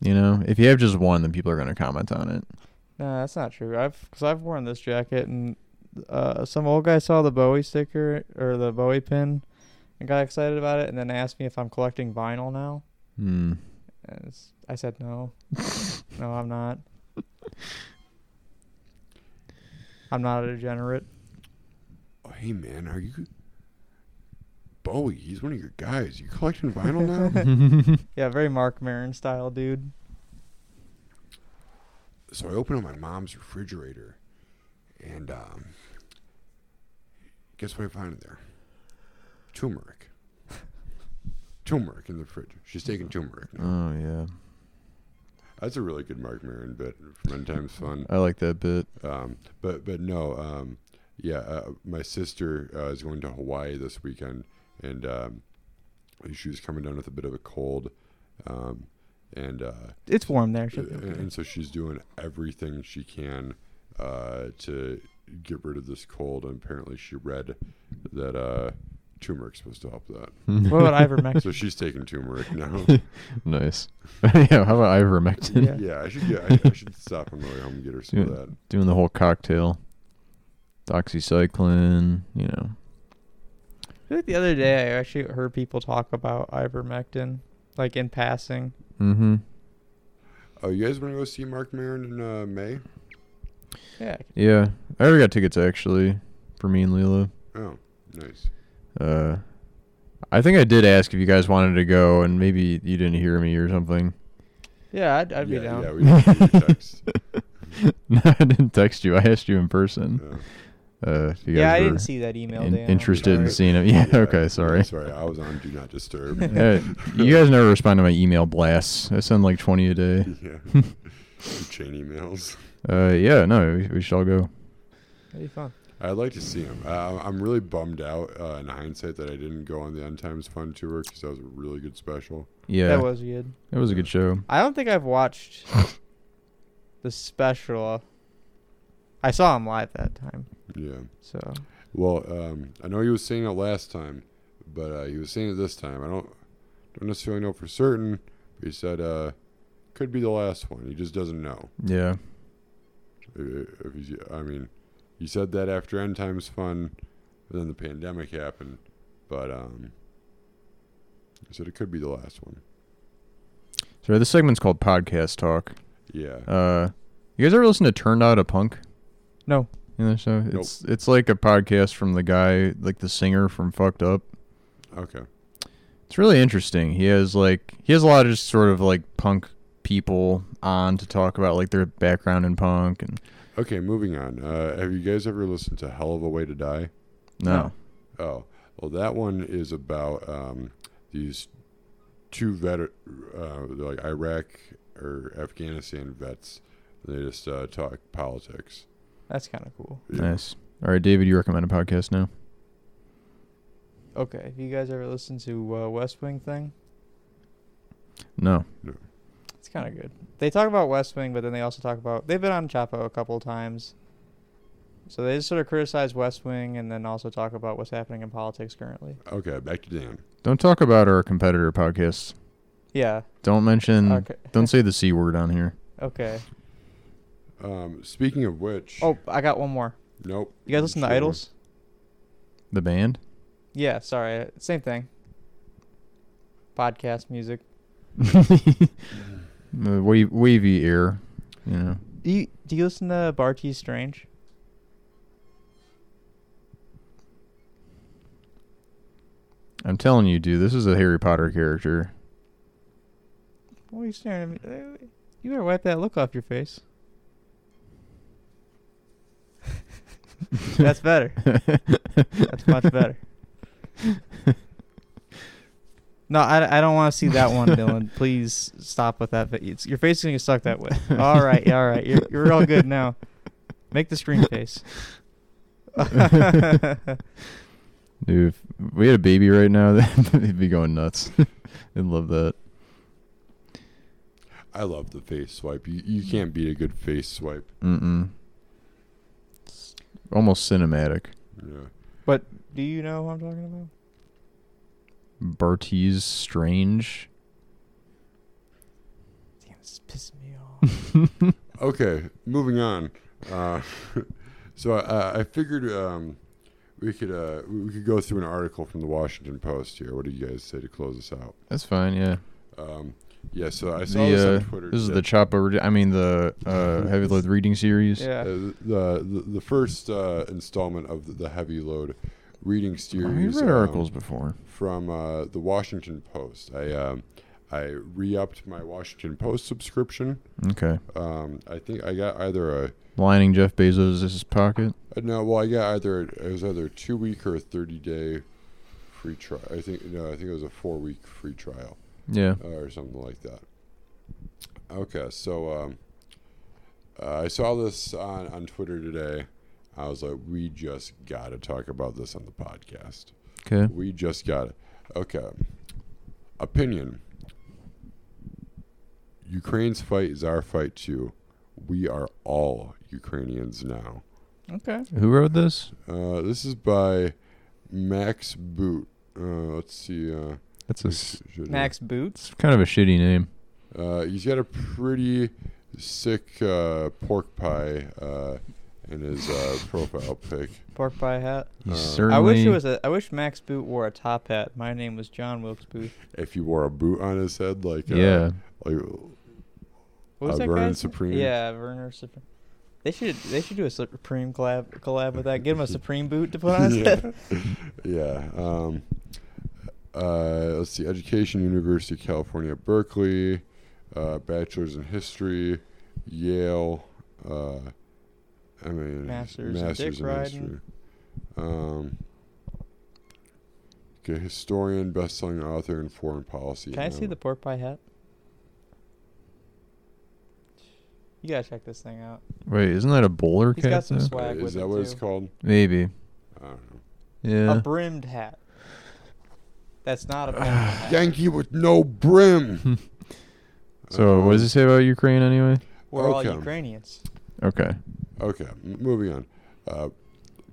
S2: You know, if you have just one, then people are going to comment on it.
S4: No, that's not true. I've because I've worn this jacket and uh, some old guy saw the Bowie sticker or the Bowie pin and got excited about it and then asked me if I'm collecting vinyl now.
S2: Hmm.
S4: And it's- I said no, no, I'm not. I'm not a degenerate.
S3: Oh, hey man, are you Bowie? He's one of your guys. You collecting vinyl now?
S4: Yeah, very Mark Maron style dude.
S3: so I open up my mom's refrigerator, and um, guess what I find in there? Turmeric. turmeric in the fridge. She's taking turmeric. Now.
S2: Oh yeah,
S3: That's a really good Mark Maron bit from End Times Fun.
S2: I like that bit.
S3: Um, but but no, um, yeah, uh, my sister uh, is going to Hawaii this weekend, and um, she was coming down with a bit of a cold, um, and uh,
S4: It's warm there.
S3: Uh,
S4: Should be
S3: and,
S4: okay.
S3: and so she's doing everything she can uh, to get rid of this cold. And apparently, she read that uh, turmeric's supposed to help that.
S4: What about ivermectin?
S3: So she's taking turmeric now.
S2: Nice. yeah. How about ivermectin?
S4: Yeah.
S3: yeah, I should get. I, I should stop on the way home and get her some of
S2: Yeah.
S3: that.
S2: Doing the whole cocktail, doxycycline. You know.
S4: I feel like the other day I actually heard people talk about ivermectin, like in passing.
S2: Mm-hmm.
S3: Oh, you guys want to go see Mark Maron in uh, May?
S4: Yeah,
S2: Yeah, I already got tickets actually for me and Lila.
S3: Oh, nice.
S2: Uh, I think I did ask if you guys wanted to go, and maybe you didn't hear me or something.
S4: yeah, I'd, I'd
S3: yeah,
S4: be down.
S3: Oh, Yeah, we didn't get your text.
S2: no, I didn't text you. I asked you in person.
S3: Yeah.
S2: Uh, if you guys
S4: Yeah, I
S2: were
S4: didn't see that email.
S2: in-
S4: Dan. I'm
S2: interested in
S4: sorry.
S2: seeing him. Yeah. Okay. Sorry.
S3: Sorry, I was on Do Not Disturb.
S2: Uh, you guys never respond to my email blasts. I send like twenty a day.
S3: yeah. Chain emails.
S2: Uh, yeah. No, we, we shall go.
S4: That'd be fun.
S3: I'd like to see him. Uh, I'm really bummed out uh, in hindsight that I didn't go on the End Times Fun tour because that was a really good special.
S2: Yeah,
S4: That was good.
S2: it was a good show.
S4: I don't think I've watched the special. I saw him live that time,
S3: Yeah.
S4: so
S3: Well, um, I know he was saying it last time, but uh, he was saying it this time. I don't don't necessarily know for certain. But he said uh, could be the last one. He just doesn't know.
S2: Yeah.
S3: I- I- If he's, I mean, he said that after End Times Fun, and then the pandemic happened. But um, he said it could be the last one.
S2: So this segment's called podcast talk.
S3: Yeah.
S2: Uh, you guys ever listen to Turned Out a Punk?
S4: No.
S2: You know, so it's it's like a podcast from the guy, like the singer from Fucked Up.
S3: Okay.
S2: It's really interesting. He has like he has a lot of just sort of like punk people on to talk about like their background in punk and
S3: Okay, moving on. Uh, have you guys ever listened to Hell of a Way to Die?
S2: no.
S3: Oh, well, that one is about um, these two vet, uh, they're like Iraq or Afghanistan vets. They just uh, talk politics.
S4: that's kind of cool.
S2: Nice. All right, David, you recommend a podcast now?
S4: Okay, have you guys ever listened to uh, West Wing thing?
S2: No.
S4: It's kind of good. They talk about West Wing, but then they also talk about they've been on Chapo a couple times. So they just sort of criticize West Wing and then also talk about what's happening in politics currently.
S3: Okay, back to Dan.
S2: Don't talk about our competitor podcasts.
S4: Yeah.
S2: Don't mention.
S4: Okay.
S2: Don't say the c word on here.
S4: Okay.
S3: Um, speaking of which,
S4: Oh, I got one more.
S3: nope.
S4: You guys listen to
S3: Sure.
S4: Idols?
S2: The band.
S4: Yeah, sorry. uh, Same thing. Podcast music.
S2: The wave, wavy air. You know.
S4: Do you, do you listen to Barty Strange?
S2: I'm telling you, dude. This is a Harry Potter character.
S4: What are you staring at me? Uh, You better wipe that look off your face. That's better. That's much better. No, I, I don't want to see that one, Dylan. Please stop with that. vi- It's, your face is going to get stuck that way. All right, all right. You're, you're all good now. Make the screen face.
S2: Dude, if we had a baby right now, they'd be going nuts. They'd love that.
S3: I love the face swipe. You, you can't beat a good face swipe.
S2: Mm-mm. Almost cinematic.
S3: Yeah.
S4: but do you know who I'm talking about?
S2: Bartiz Strange.
S4: Damn, this is pissing me off.
S3: Okay, moving on. Uh, so uh, I, I figured um, we could uh, we could go through an article from the Washington Post here. What do you guys say to close this out?
S2: That's fine, yeah.
S3: Um, yeah, so I
S2: The,
S3: saw this on
S2: uh,
S3: Twitter.
S2: This is the
S3: today.
S2: chop over. I mean, the uh, heavy load reading series.
S3: Uh,
S4: yeah.
S3: the, the the first uh, installment of the, the heavy load reading
S2: I
S3: series
S2: read
S3: um,
S2: articles before.
S3: from uh, the Washington Post. I um, I re-upped my Washington Post subscription.
S2: Okay,
S3: Um, I think I got either a
S2: lining Jeff Bezos' pocket.
S3: Uh, No, well, I got either it was either a two week or a thirty day free trial. I think no, I think it was a four week free trial
S2: Yeah,
S3: uh, or something like that. Okay, so um, uh, I saw this on on Twitter today. I was like, we just gotta talk about this on the podcast.
S2: okay.
S3: We just got it. Okay. Opinion. Ukraine's fight is our fight too. We are all Ukrainians now.
S4: Okay.
S2: Who wrote this?
S3: Uh, this is by Max Boot. Uh, let's see. Uh,
S2: That's a s-
S3: should-
S4: Max Boots.
S2: it's kind of a shitty name.
S3: Uh, he's got a pretty sick uh, pork pie uh, in his uh, profile pic.
S4: Pork pie hat.
S2: He
S3: Uh, I
S2: certainly.
S4: I wish it was a. I wish Max Boot wore a top hat. My name was John Wilkes Booth.
S3: If he wore a boot on his head, like uh,
S2: Yeah,
S3: like,
S4: What was
S3: Uh,
S4: that
S3: Vernon
S4: guy's name?
S3: Supreme.
S4: Yeah, Werner Supreme. They should. They should do a Supreme collab collab with that. Give him a Supreme boot to put on his head.
S3: yeah, yeah. Um, uh, let's see. Education, University of California, Berkeley, uh, bachelor's in history, Yale. Uh, I mean,
S4: Masters in dick riding.
S3: Um, okay, historian, best-selling author, and foreign policy.
S4: Can I see
S3: analyst.
S4: the pork pie hat? You gotta check this thing out.
S2: Wait, isn't that a bowler
S4: He's
S2: cap?
S4: got some
S2: though?
S4: swag
S3: Uh,
S4: with
S3: Is that
S4: it
S3: what it's
S4: too.
S3: called?
S2: Maybe.
S3: I don't know.
S2: Yeah.
S4: A brimmed hat. That's not a brimmed hat.
S3: Yankee with no brim.
S2: so, what does
S3: Um,
S2: it say about Ukraine anyway?
S4: We're all
S3: Okay.
S4: Ukrainians.
S2: Okay.
S3: Okay, m- moving on. Uh,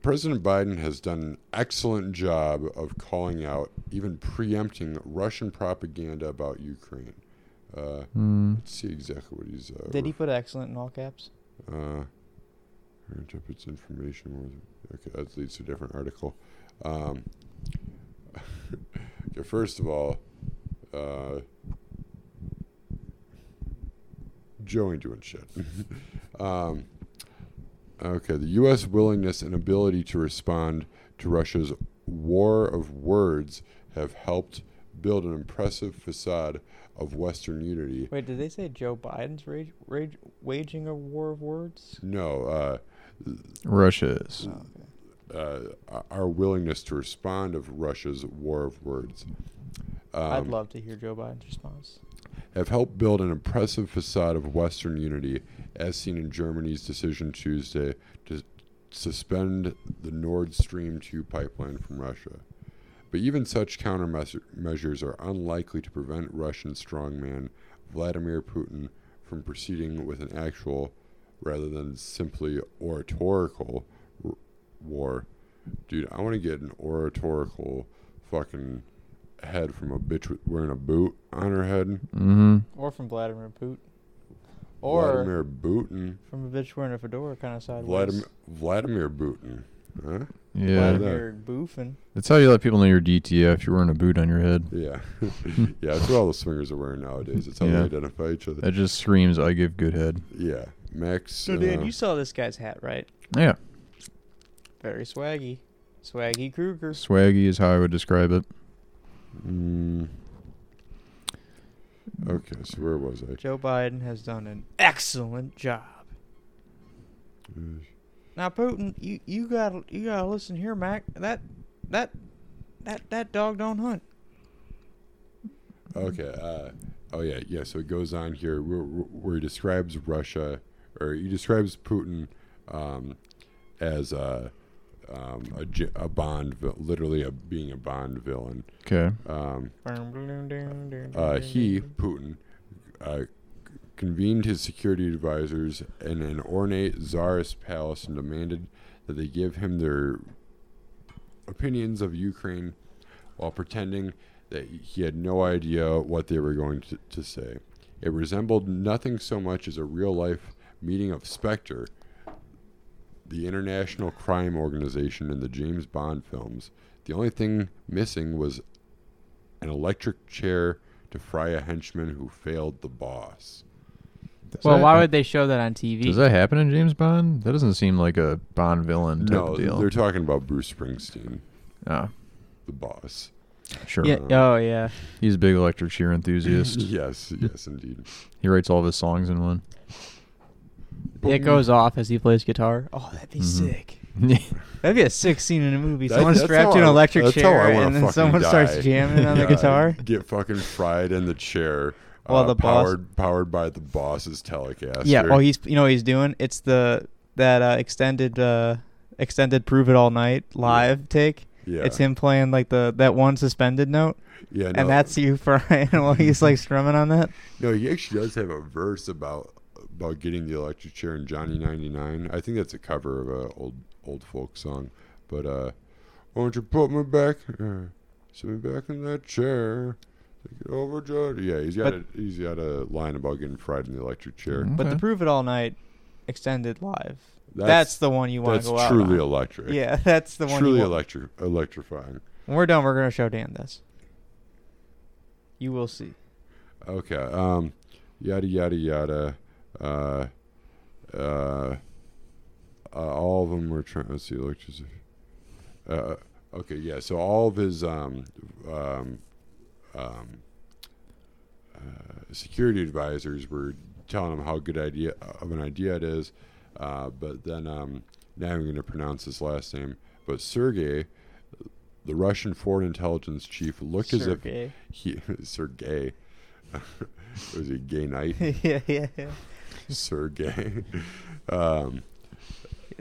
S3: President Biden has done an excellent job of calling out, even preempting Russian propaganda about Ukraine. Uh,
S2: Hmm.
S3: let's see exactly what he's. Uh,
S4: Did he put excellent in all caps?
S3: Uh, or interprets information. with- Okay, that leads to a different article. Um, okay, first of all, uh, Joe ain't doing shit. um, okay, the U.S. willingness and ability to respond to Russia's war of words have helped build an impressive facade of Western unity
S4: Wait, did they say Joe Biden's rage, rage, waging a war of words?
S3: No, uh,
S2: Russia is.
S4: Oh.
S3: uh, our willingness to respond of Russia's war of words.
S4: I'd
S3: Um,
S4: love to hear Joe Biden's response.
S3: have helped build an impressive facade of Western unity, as seen in Germany's decision Tuesday to suspend the Nord Stream 2 pipeline from Russia. But even such countermeasures are unlikely to prevent Russian strongman Vladimir Putin from proceeding with an actual, rather than simply oratorical, r- war. Dude, I want to get an oratorical fucking head from a bitch with- wearing a boot on her head.
S2: Mm-hmm.
S4: Or from Vladimir Putin. Or
S3: Vladimir Putin.
S4: from a bitch wearing a fedora kind of sideways.
S3: Vladimir, Vladimir Putin. Huh?
S2: Yeah.
S3: Why not?
S4: Vladimir boofing.
S2: That's how you let people know you're DTF if you're wearing a boot on your head.
S3: Yeah. yeah, that's what all the swingers are wearing nowadays. It's how
S2: Yeah.
S3: they identify each other.
S2: That just screams, I give good head.
S3: Yeah. Max.
S4: So,
S3: uh,
S4: Dan, you saw this guy's hat, right?
S2: Yeah.
S4: Very swaggy. Swaggy Kruger.
S2: Swaggy is how I would describe it.
S3: mm, okay, so where was I?
S4: Joe Biden has done an excellent job. Now, Putin, you, you gotta you gotta listen here, Mac. That that that that dog don't hunt.
S3: Okay. Uh, oh yeah, yeah. So it goes on here where, where he describes Russia, or he describes Putin um, as a, um, a j- a Bond, vil- literally a, being a Bond villain.
S2: Okay.
S3: Um, uh, he Putin uh, convened his security advisors in an ornate czarist palace and demanded that they give him their opinions of Ukraine, while pretending that he had no idea what they were going to, to say. It resembled nothing so much as a real life meeting of Spectre, the international crime organization in the James Bond films. The only thing missing was an electric chair to fry a henchman who failed the boss.
S2: Does
S5: Well,
S2: that-
S5: why would they show that on TV?
S2: Does that happen in James Bond? That doesn't seem like a Bond villain type
S3: No,
S2: of deal.
S3: they're talking about Bruce Springsteen,
S2: Ah,
S3: the boss.
S2: sure.
S5: yeah. Oh yeah.
S2: He's a big electric cheer enthusiast.
S3: yes, yes, indeed.
S2: he writes all of his songs in one.
S5: It goes off as he plays guitar.
S4: Oh, that'd be
S2: Mhm.
S4: sick. That'd be a sick scene in a movie.
S3: Mm-hmm. That-
S4: Someone
S3: that's how
S4: strapped to an
S3: I-
S4: electric
S3: that's how I
S4: chair,
S3: wanna
S4: and then
S3: fucking
S4: someone starts
S3: die.
S4: jamming on the
S3: Yeah,
S4: guitar.
S3: Get fucking fried in the chair.
S4: While
S3: uh,
S4: the boss-
S3: powered powered by the boss's telecaster.
S4: Yeah. Oh, he's you know what he's doing. It's the that uh, extended uh, extended prove it all night live take.
S3: yeah.
S4: It's him playing like the that one suspended note,
S3: Yeah, no,
S4: and that's you Brian while
S3: Mm-hmm.
S4: he's like strumming on that.
S3: no. He actually does have a verse about about getting the electric chair in Johnny ninety nine. I think that's a cover of a old old folk song, but uh, won't you put me back, uh, sit me back in that chair, take it over, Johnny. Yeah, he's got
S4: But- Mm-hmm.
S3: a he's got a line about getting fried in the electric chair.
S2: Mm.
S4: But the
S2: Okay.
S4: prove it all night extended live. That's,
S3: That's
S4: the one you want
S3: that's,
S4: to go out.
S3: truly
S4: on.
S3: electric.
S4: Yeah, that's the one.
S3: truly
S4: you want.
S3: electric electrifying.
S4: When we're done, we're gonna show Dan this. You will see.
S3: Okay. Um, yada yada yada. Uh, uh, uh, all of them were trying. Let's see, electricity. Uh, okay, yeah. So all of his um, um, um, uh, security advisors were telling him how good idea of an idea it is, uh, but then um, now I'm going to pronounce his last name. But Sergei, the Russian foreign intelligence chief, looked as if
S4: Sergey.
S3: he Sergey. was he gay night?
S4: yeah, yeah, yeah.
S3: Sergey. Um,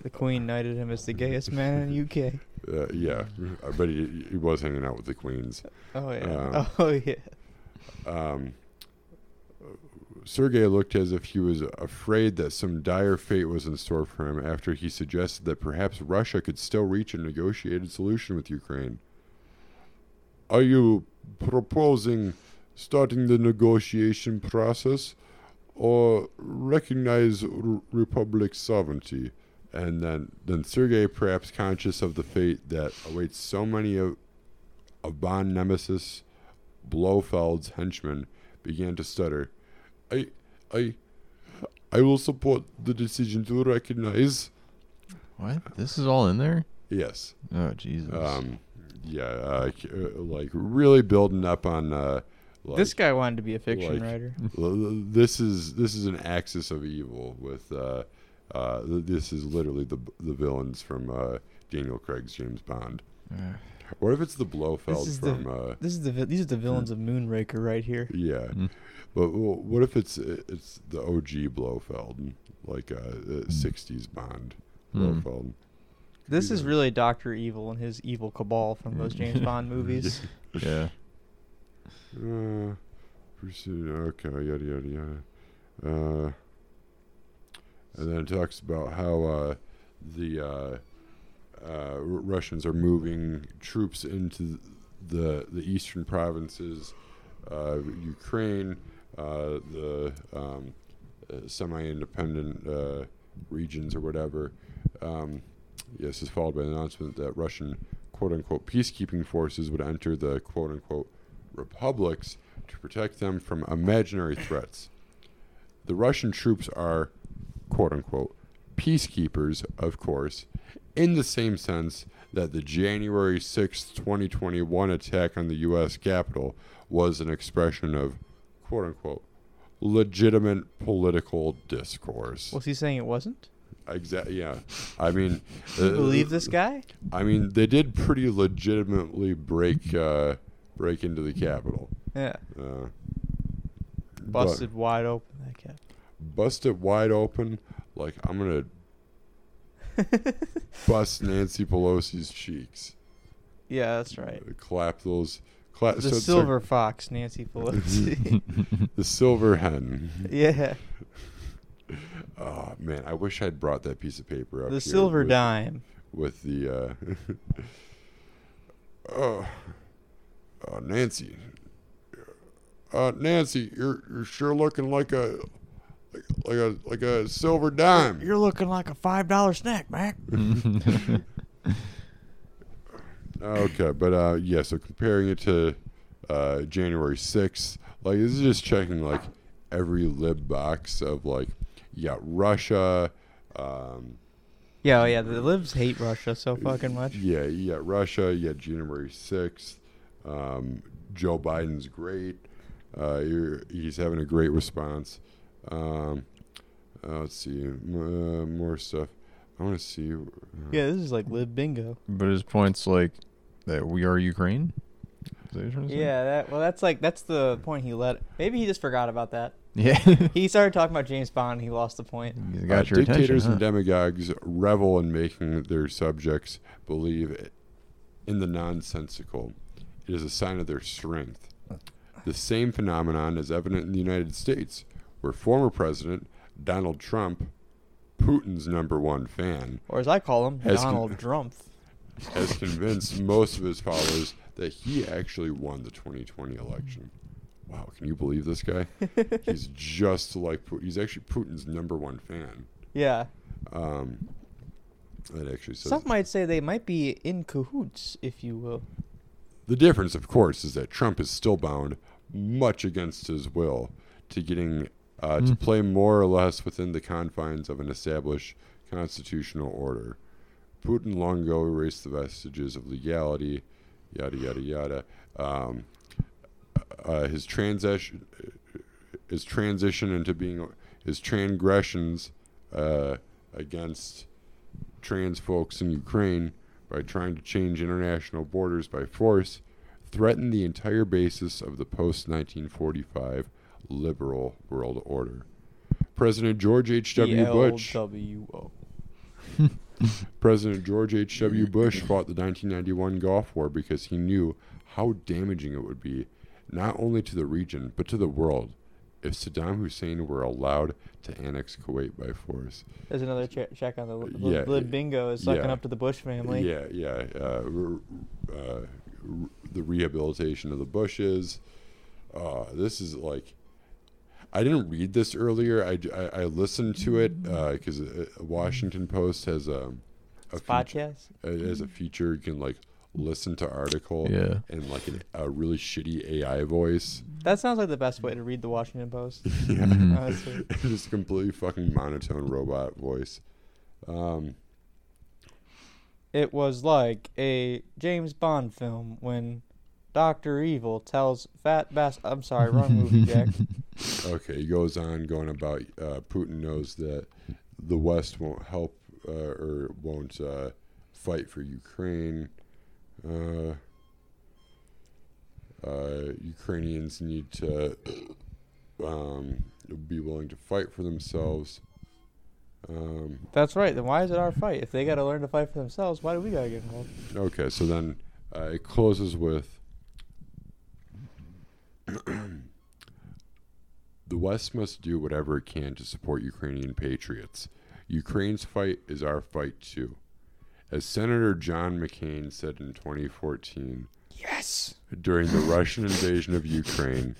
S4: The Queen knighted him as the gayest man in UK.
S3: uh, yeah, I bet he, he was hanging out with the queens.
S4: Oh yeah.
S3: Um,
S4: oh yeah.
S3: Um, Sergey looked as if he was afraid that some dire fate was in store for him after he suggested that perhaps Russia could still reach a negotiated solution with Ukraine. Are you proposing starting the negotiation process or recognize r- republic sovereignty? And then, then Sergei, perhaps conscious of the fate that awaits so many of, of Bond nemesis Blofeld's henchmen, began to stutter. I, I, I will support the decision to recognize.
S2: What? This is all in there?
S3: Yes.
S2: Oh, Jesus.
S3: Um. Yeah. Uh, c- uh, like really building up on. Uh, like,
S4: this guy wanted to be a fiction
S3: like-
S4: writer.
S3: l- l- this is this is an axis of evil with. Uh, uh, th- this is literally the the villains from uh, Daniel Craig's James Bond.
S2: Ugh.
S3: Or if it's the Blofeld
S4: is the-
S3: from. uh,
S4: This is the vi- these are the villains of Moonraker right here.
S3: Yeah,
S2: Mm.
S3: but w- what if it's it's the OG Blofeld, like uh, the '60s Bond
S2: Hmm.
S3: Blofeld?
S4: This is
S3: Yeah.
S4: really Doctor Evil and his evil cabal from those James Bond movies.
S2: Yeah.
S3: Uh, pursue, okay, yada yada yada. Uh, and then it talks about how uh, the uh, uh, R- Russians are moving troops into the the eastern provinces, uh, Ukraine, uh, the um, uh, semi-independent uh, regions or whatever. Um, yes, is followed by an announcement that Russian quote-unquote peacekeeping forces would enter the quote-unquote republics to protect them from imaginary threats. The Russian troops are quote-unquote peacekeepers, of course, in the same sense that the January sixth, 2021 attack on the U.S. Capitol was an expression of, quote unquote, legitimate political discourse.
S4: Was he saying it wasn't?
S3: Exactly. Yeah. I mean, uh,
S4: Do you believe this guy?
S3: I mean, they did pretty legitimately break uh, break into the Capitol.
S4: Yeah.
S3: Uh, but-
S4: Busted wide open that cat.
S3: bust it wide open. Like I'm gonna bust Nancy Pelosi's cheeks. Uh,
S4: Yeah, that's right.
S3: Clap those. Clap,
S4: The
S3: Uh, so it's like
S4: silver fox, Nancy Pelosi.
S3: the silver hen.
S4: yeah.
S3: Oh man, I wish I'd brought that piece of paper up.
S4: The
S3: here
S4: silver
S3: with,
S4: dime.
S3: with the. Uh, oh, oh, Nancy. Uh, Nancy, you're you're sure looking like a like, like a like a silver dime.
S4: You're looking like a five dollar snack, Mac.
S3: Okay, but uh, yeah, so comparing it to uh, January 6th, like this is just checking like every lib box of like, yeah, Russia, um,
S4: Yeah, oh yeah. The libs hate Russia so fucking much.
S3: yeah, yeah, Russia, yeah, January 6th, um, Joe Biden's great, uh, you're, he's having a great response. Um, uh, let's see, m- uh, more stuff. I want to see. uh,
S4: Yeah, this is like lib bingo.
S2: But his point's like that we are Ukraine. Is that what you're trying to say?
S4: Yeah, that well, that's like that's the point he let. Maybe he just forgot about that.
S2: Yeah.
S4: He started talking about James Bond. and He lost the point.
S2: He's got
S3: Uh,
S2: your
S3: dictators
S2: attention.
S3: and demagogues revel in making their subjects believe i- in the nonsensical. It is a sign of their strength. The same phenomenon is evident in the United States, where former President Donald Trump, Putin's number one fan,
S4: Or as I call him,
S3: Has-
S4: Donald Trump.
S3: has convinced most of his followers that he actually won the 2020 election. Wow, can you believe this guy? he's just like Putin. He's actually Putin's number one fan.
S4: Yeah.
S3: Um, that actually says
S4: Some might say they might be in cahoots, if you will.
S3: the difference, of course, is that Trump is still bound, much against his will, to getting uh, to play more or less within the confines of an established constitutional order. Putin long ago erased the vestiges of legality, yada yada yada. Um, uh, his transition, his transition into being, his transgressions uh, against trans folks in Ukraine by trying to change international borders by force threatened the entire basis of the post 1945 liberal world order. President George H.W. Bush.
S4: LWO.
S3: President George H.W. Bush fought the 1991 Gulf War because he knew how damaging it would be, not only to the region, but to the world, if Saddam Hussein were allowed to annex Kuwait by force.
S4: There's another che- check on the li- li-
S3: Yeah,
S4: lib bingo is sucking
S3: yeah.
S4: up to the Bush family.
S3: Yeah, yeah. Uh, r- uh, r- the rehabilitation of the bushes. Uh, this is like, I didn't read this earlier. I, j- I- I listened to it because uh, Washington Post has a, a feature,
S4: Podcast.
S3: has a feature you can like listen to article
S2: Yeah.
S3: and like an, a really shitty AI voice.
S4: That sounds like the best way to read the Washington Post.
S3: yeah,
S4: honestly.
S3: just completely fucking monotone robot voice. Um,
S4: It was like a James Bond film when Doctor Evil tells Fat Bass. I'm sorry, wrong movie, Jack.
S3: Okay, he goes on going about uh, Putin knows that the West won't help uh, or won't uh, fight for Ukraine. Uh, uh, Ukrainians need to um, be willing to fight for themselves. Um,
S4: That's right. Then why is it our fight? If they got to learn to fight for themselves, why do we got to get involved?
S3: okay, so then uh, it closes with the West must do whatever it can to support Ukrainian patriots. Ukraine's fight is our fight too. As Senator John McCain said in 2014
S4: Yes.
S3: during the Russian invasion of Ukraine,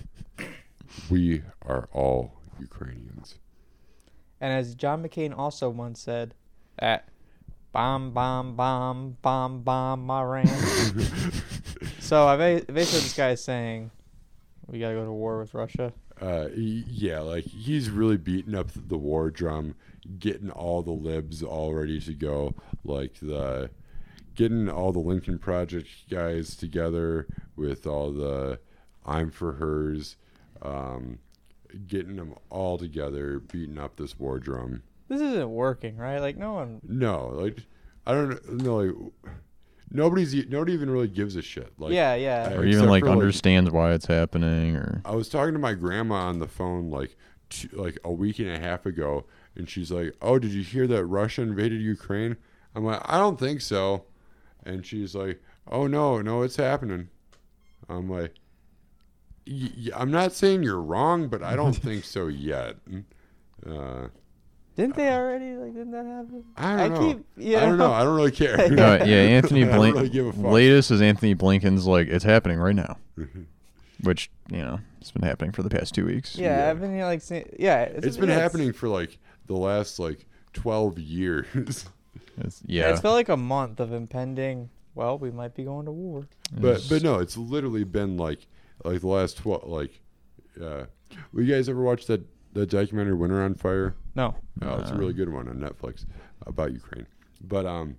S3: we are all Ukrainians.
S4: And as John McCain also once said, that bomb, bomb, bomb, bomb, bomb, Iran. so I ba- basically this guy is saying, we gotta go to war with Russia.
S3: Uh, y- yeah, like he's really beating up the war drum, getting all the libs all ready to go, like the getting all the Lincoln Project guys together with all the I'm for hers, um, getting them all together, beating up this war drum.
S4: This isn't working, right? Like no one.
S3: No, like I don't know, like nobody's e- nobody even really gives a shit. Like
S4: yeah, yeah.
S3: I-
S2: Or
S3: Except
S2: even like
S3: for, like-
S2: understands why it's happening or
S3: I was talking to my grandma on the phone like two, like a week and a half ago, and she's like, "Oh, did you hear that Russia invaded Ukraine?" I'm like, "I don't think so," and she's like, "Oh no, no, it's happening." I'm like, y- y- "I'm not saying you're wrong, but I don't think so yet." Mm, Uh,
S4: didn't they already? Like didn't that happen?
S3: I don't
S4: I
S3: know.
S4: keep- yeah.
S3: I don't know. I don't really care.
S2: No, yeah, Anthony
S3: I don't
S2: Blink.
S3: really give a fuck. Mm-hmm.
S2: latest is Anthony Blinken's like it's happening right now, which you know it's been happening for the past two weeks.
S4: Yeah,
S3: Yeah.
S4: I've been like seeing. Yeah,
S3: it's been
S4: yeah,
S3: happening for like the last like 12 years.
S2: It's-
S4: Yeah.
S2: yeah.
S4: It's felt like a month of impending. Well, we might be going to war.
S3: But but no, it's literally been like like the last twelve like uh well you guys ever watch that that documentary Winter on Fire?
S4: No.
S3: Oh, it's a
S2: No.
S3: really good one on Netflix about Ukraine. But um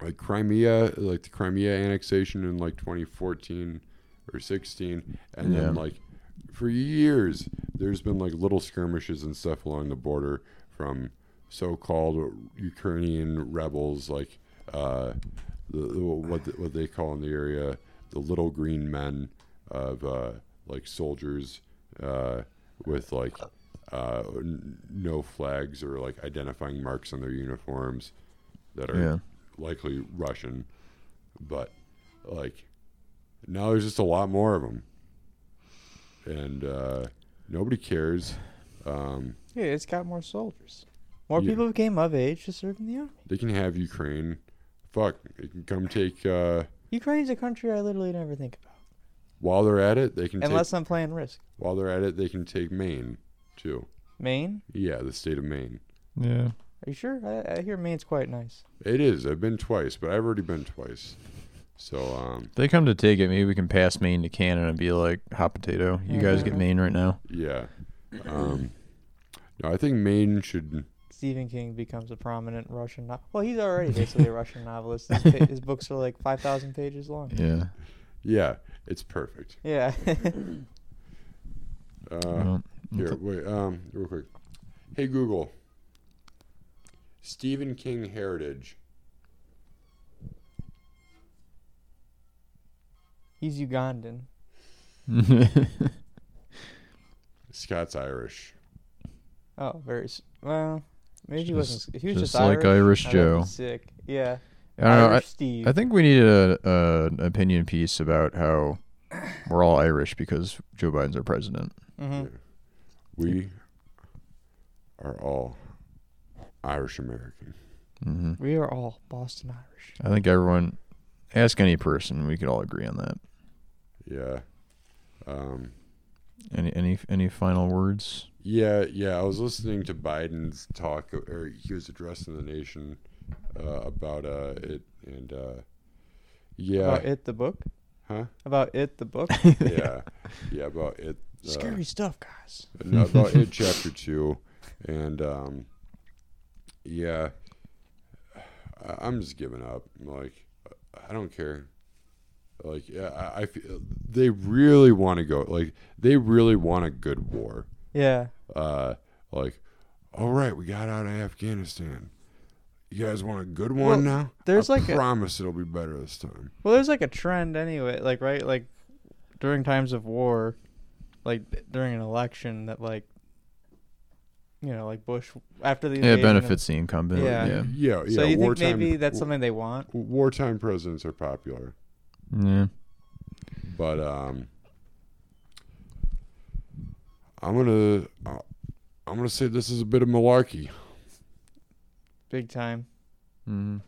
S3: like Crimea, like the Crimea annexation in like 2014 or 16 and then
S2: Yeah.
S3: like for years there's been like little skirmishes and stuff along the border from so-called Ukrainian rebels like uh the, the- what the, what they call in the area the little green men of uh, like soldiers uh, with like uh, n- no flags or like identifying marks on their uniforms that are
S2: Yeah.
S3: likely Russian, but like now there's just a lot more of them, and uh, nobody cares. Um,
S4: Yeah, it's got more soldiers. More
S3: Yeah.
S4: people who came of age to serve in the army.
S3: they can have Ukraine. Fuck, they can come take. Uh,
S4: Ukraine's a country I literally never think about.
S3: while they're at it, they can take
S4: Unless I'm playing Risk.
S3: While they're at it, they can take Maine too.
S4: Maine?
S3: Yeah, the state of Maine.
S2: yeah.
S4: Are you sure? I, I hear Maine's quite nice.
S3: It is. I've been twice, but I've already been twice. So um,
S2: If they come to take it, maybe we can pass Maine to Canada and be like hot potato.
S4: Mm-hmm.
S2: You guys get Maine right now.
S3: yeah. Um, no, I think Maine should.
S4: Stephen King becomes a prominent Russian. No- well, he's already basically a Russian novelist. His, pa- his books are like 5,000 pages long.
S2: Yeah.
S3: Yeah, it's perfect.
S4: Yeah.
S3: Uh,
S2: Well,
S3: here, wait. Um, real quick. Hey Google. Stephen King heritage.
S4: he's Ugandan.
S3: Scots Irish.
S4: Oh, very. s- Well, maybe he
S2: Just-
S4: wasn't. s- He was just,
S2: just like Irish
S4: Oh, that'd be
S2: Joe.
S4: Sick. Yeah.
S2: I don't know.
S4: Irish
S2: I,
S4: Steve.
S2: I think we need a, a an opinion piece about how we're all Irish because Joe Biden's our president.
S4: hmm
S3: We are all Irish American.
S2: hmm
S4: We are all Boston Irish.
S2: I think everyone, ask any person, we could all agree on that.
S3: Yeah. Um,
S2: Any any any final words?
S3: Yeah, yeah. I was listening to Biden's talk, or he was addressing the nation uh, about uh, it, and uh, yeah,
S4: About it, the book.
S3: huh?
S4: About it, the book.
S2: Uh,
S3: Yeah, yeah, about it. uh,
S4: Scary stuff, guys.
S3: no, about it, chapter two, and um, yeah, I- I'm just giving up. Like, I don't care. Like, yeah, I, I feel they really want to go. Like, they really want a good war.
S4: Yeah.
S3: uh, like, all right, we got out of Afghanistan. You guys want a good one now?
S4: there's
S3: I
S4: like a-
S3: promise it'll be better this time.
S4: Well, there's like a trend anyway. Like right, like during times of war, like d- during an election, that like, you know, like Bush after the
S2: Yeah, it
S4: invasion of-
S2: benefits the incumbent.
S4: Yeah.
S2: Yeah.
S3: yeah, yeah.
S4: So you think
S3: wartime,
S4: maybe that's
S3: wa-
S4: something they want?
S3: wartime presidents are popular,
S2: yeah.
S3: but um, I'm gonna uh, I'm gonna say this is a bit of malarkey.
S4: Big time.
S2: Mhm.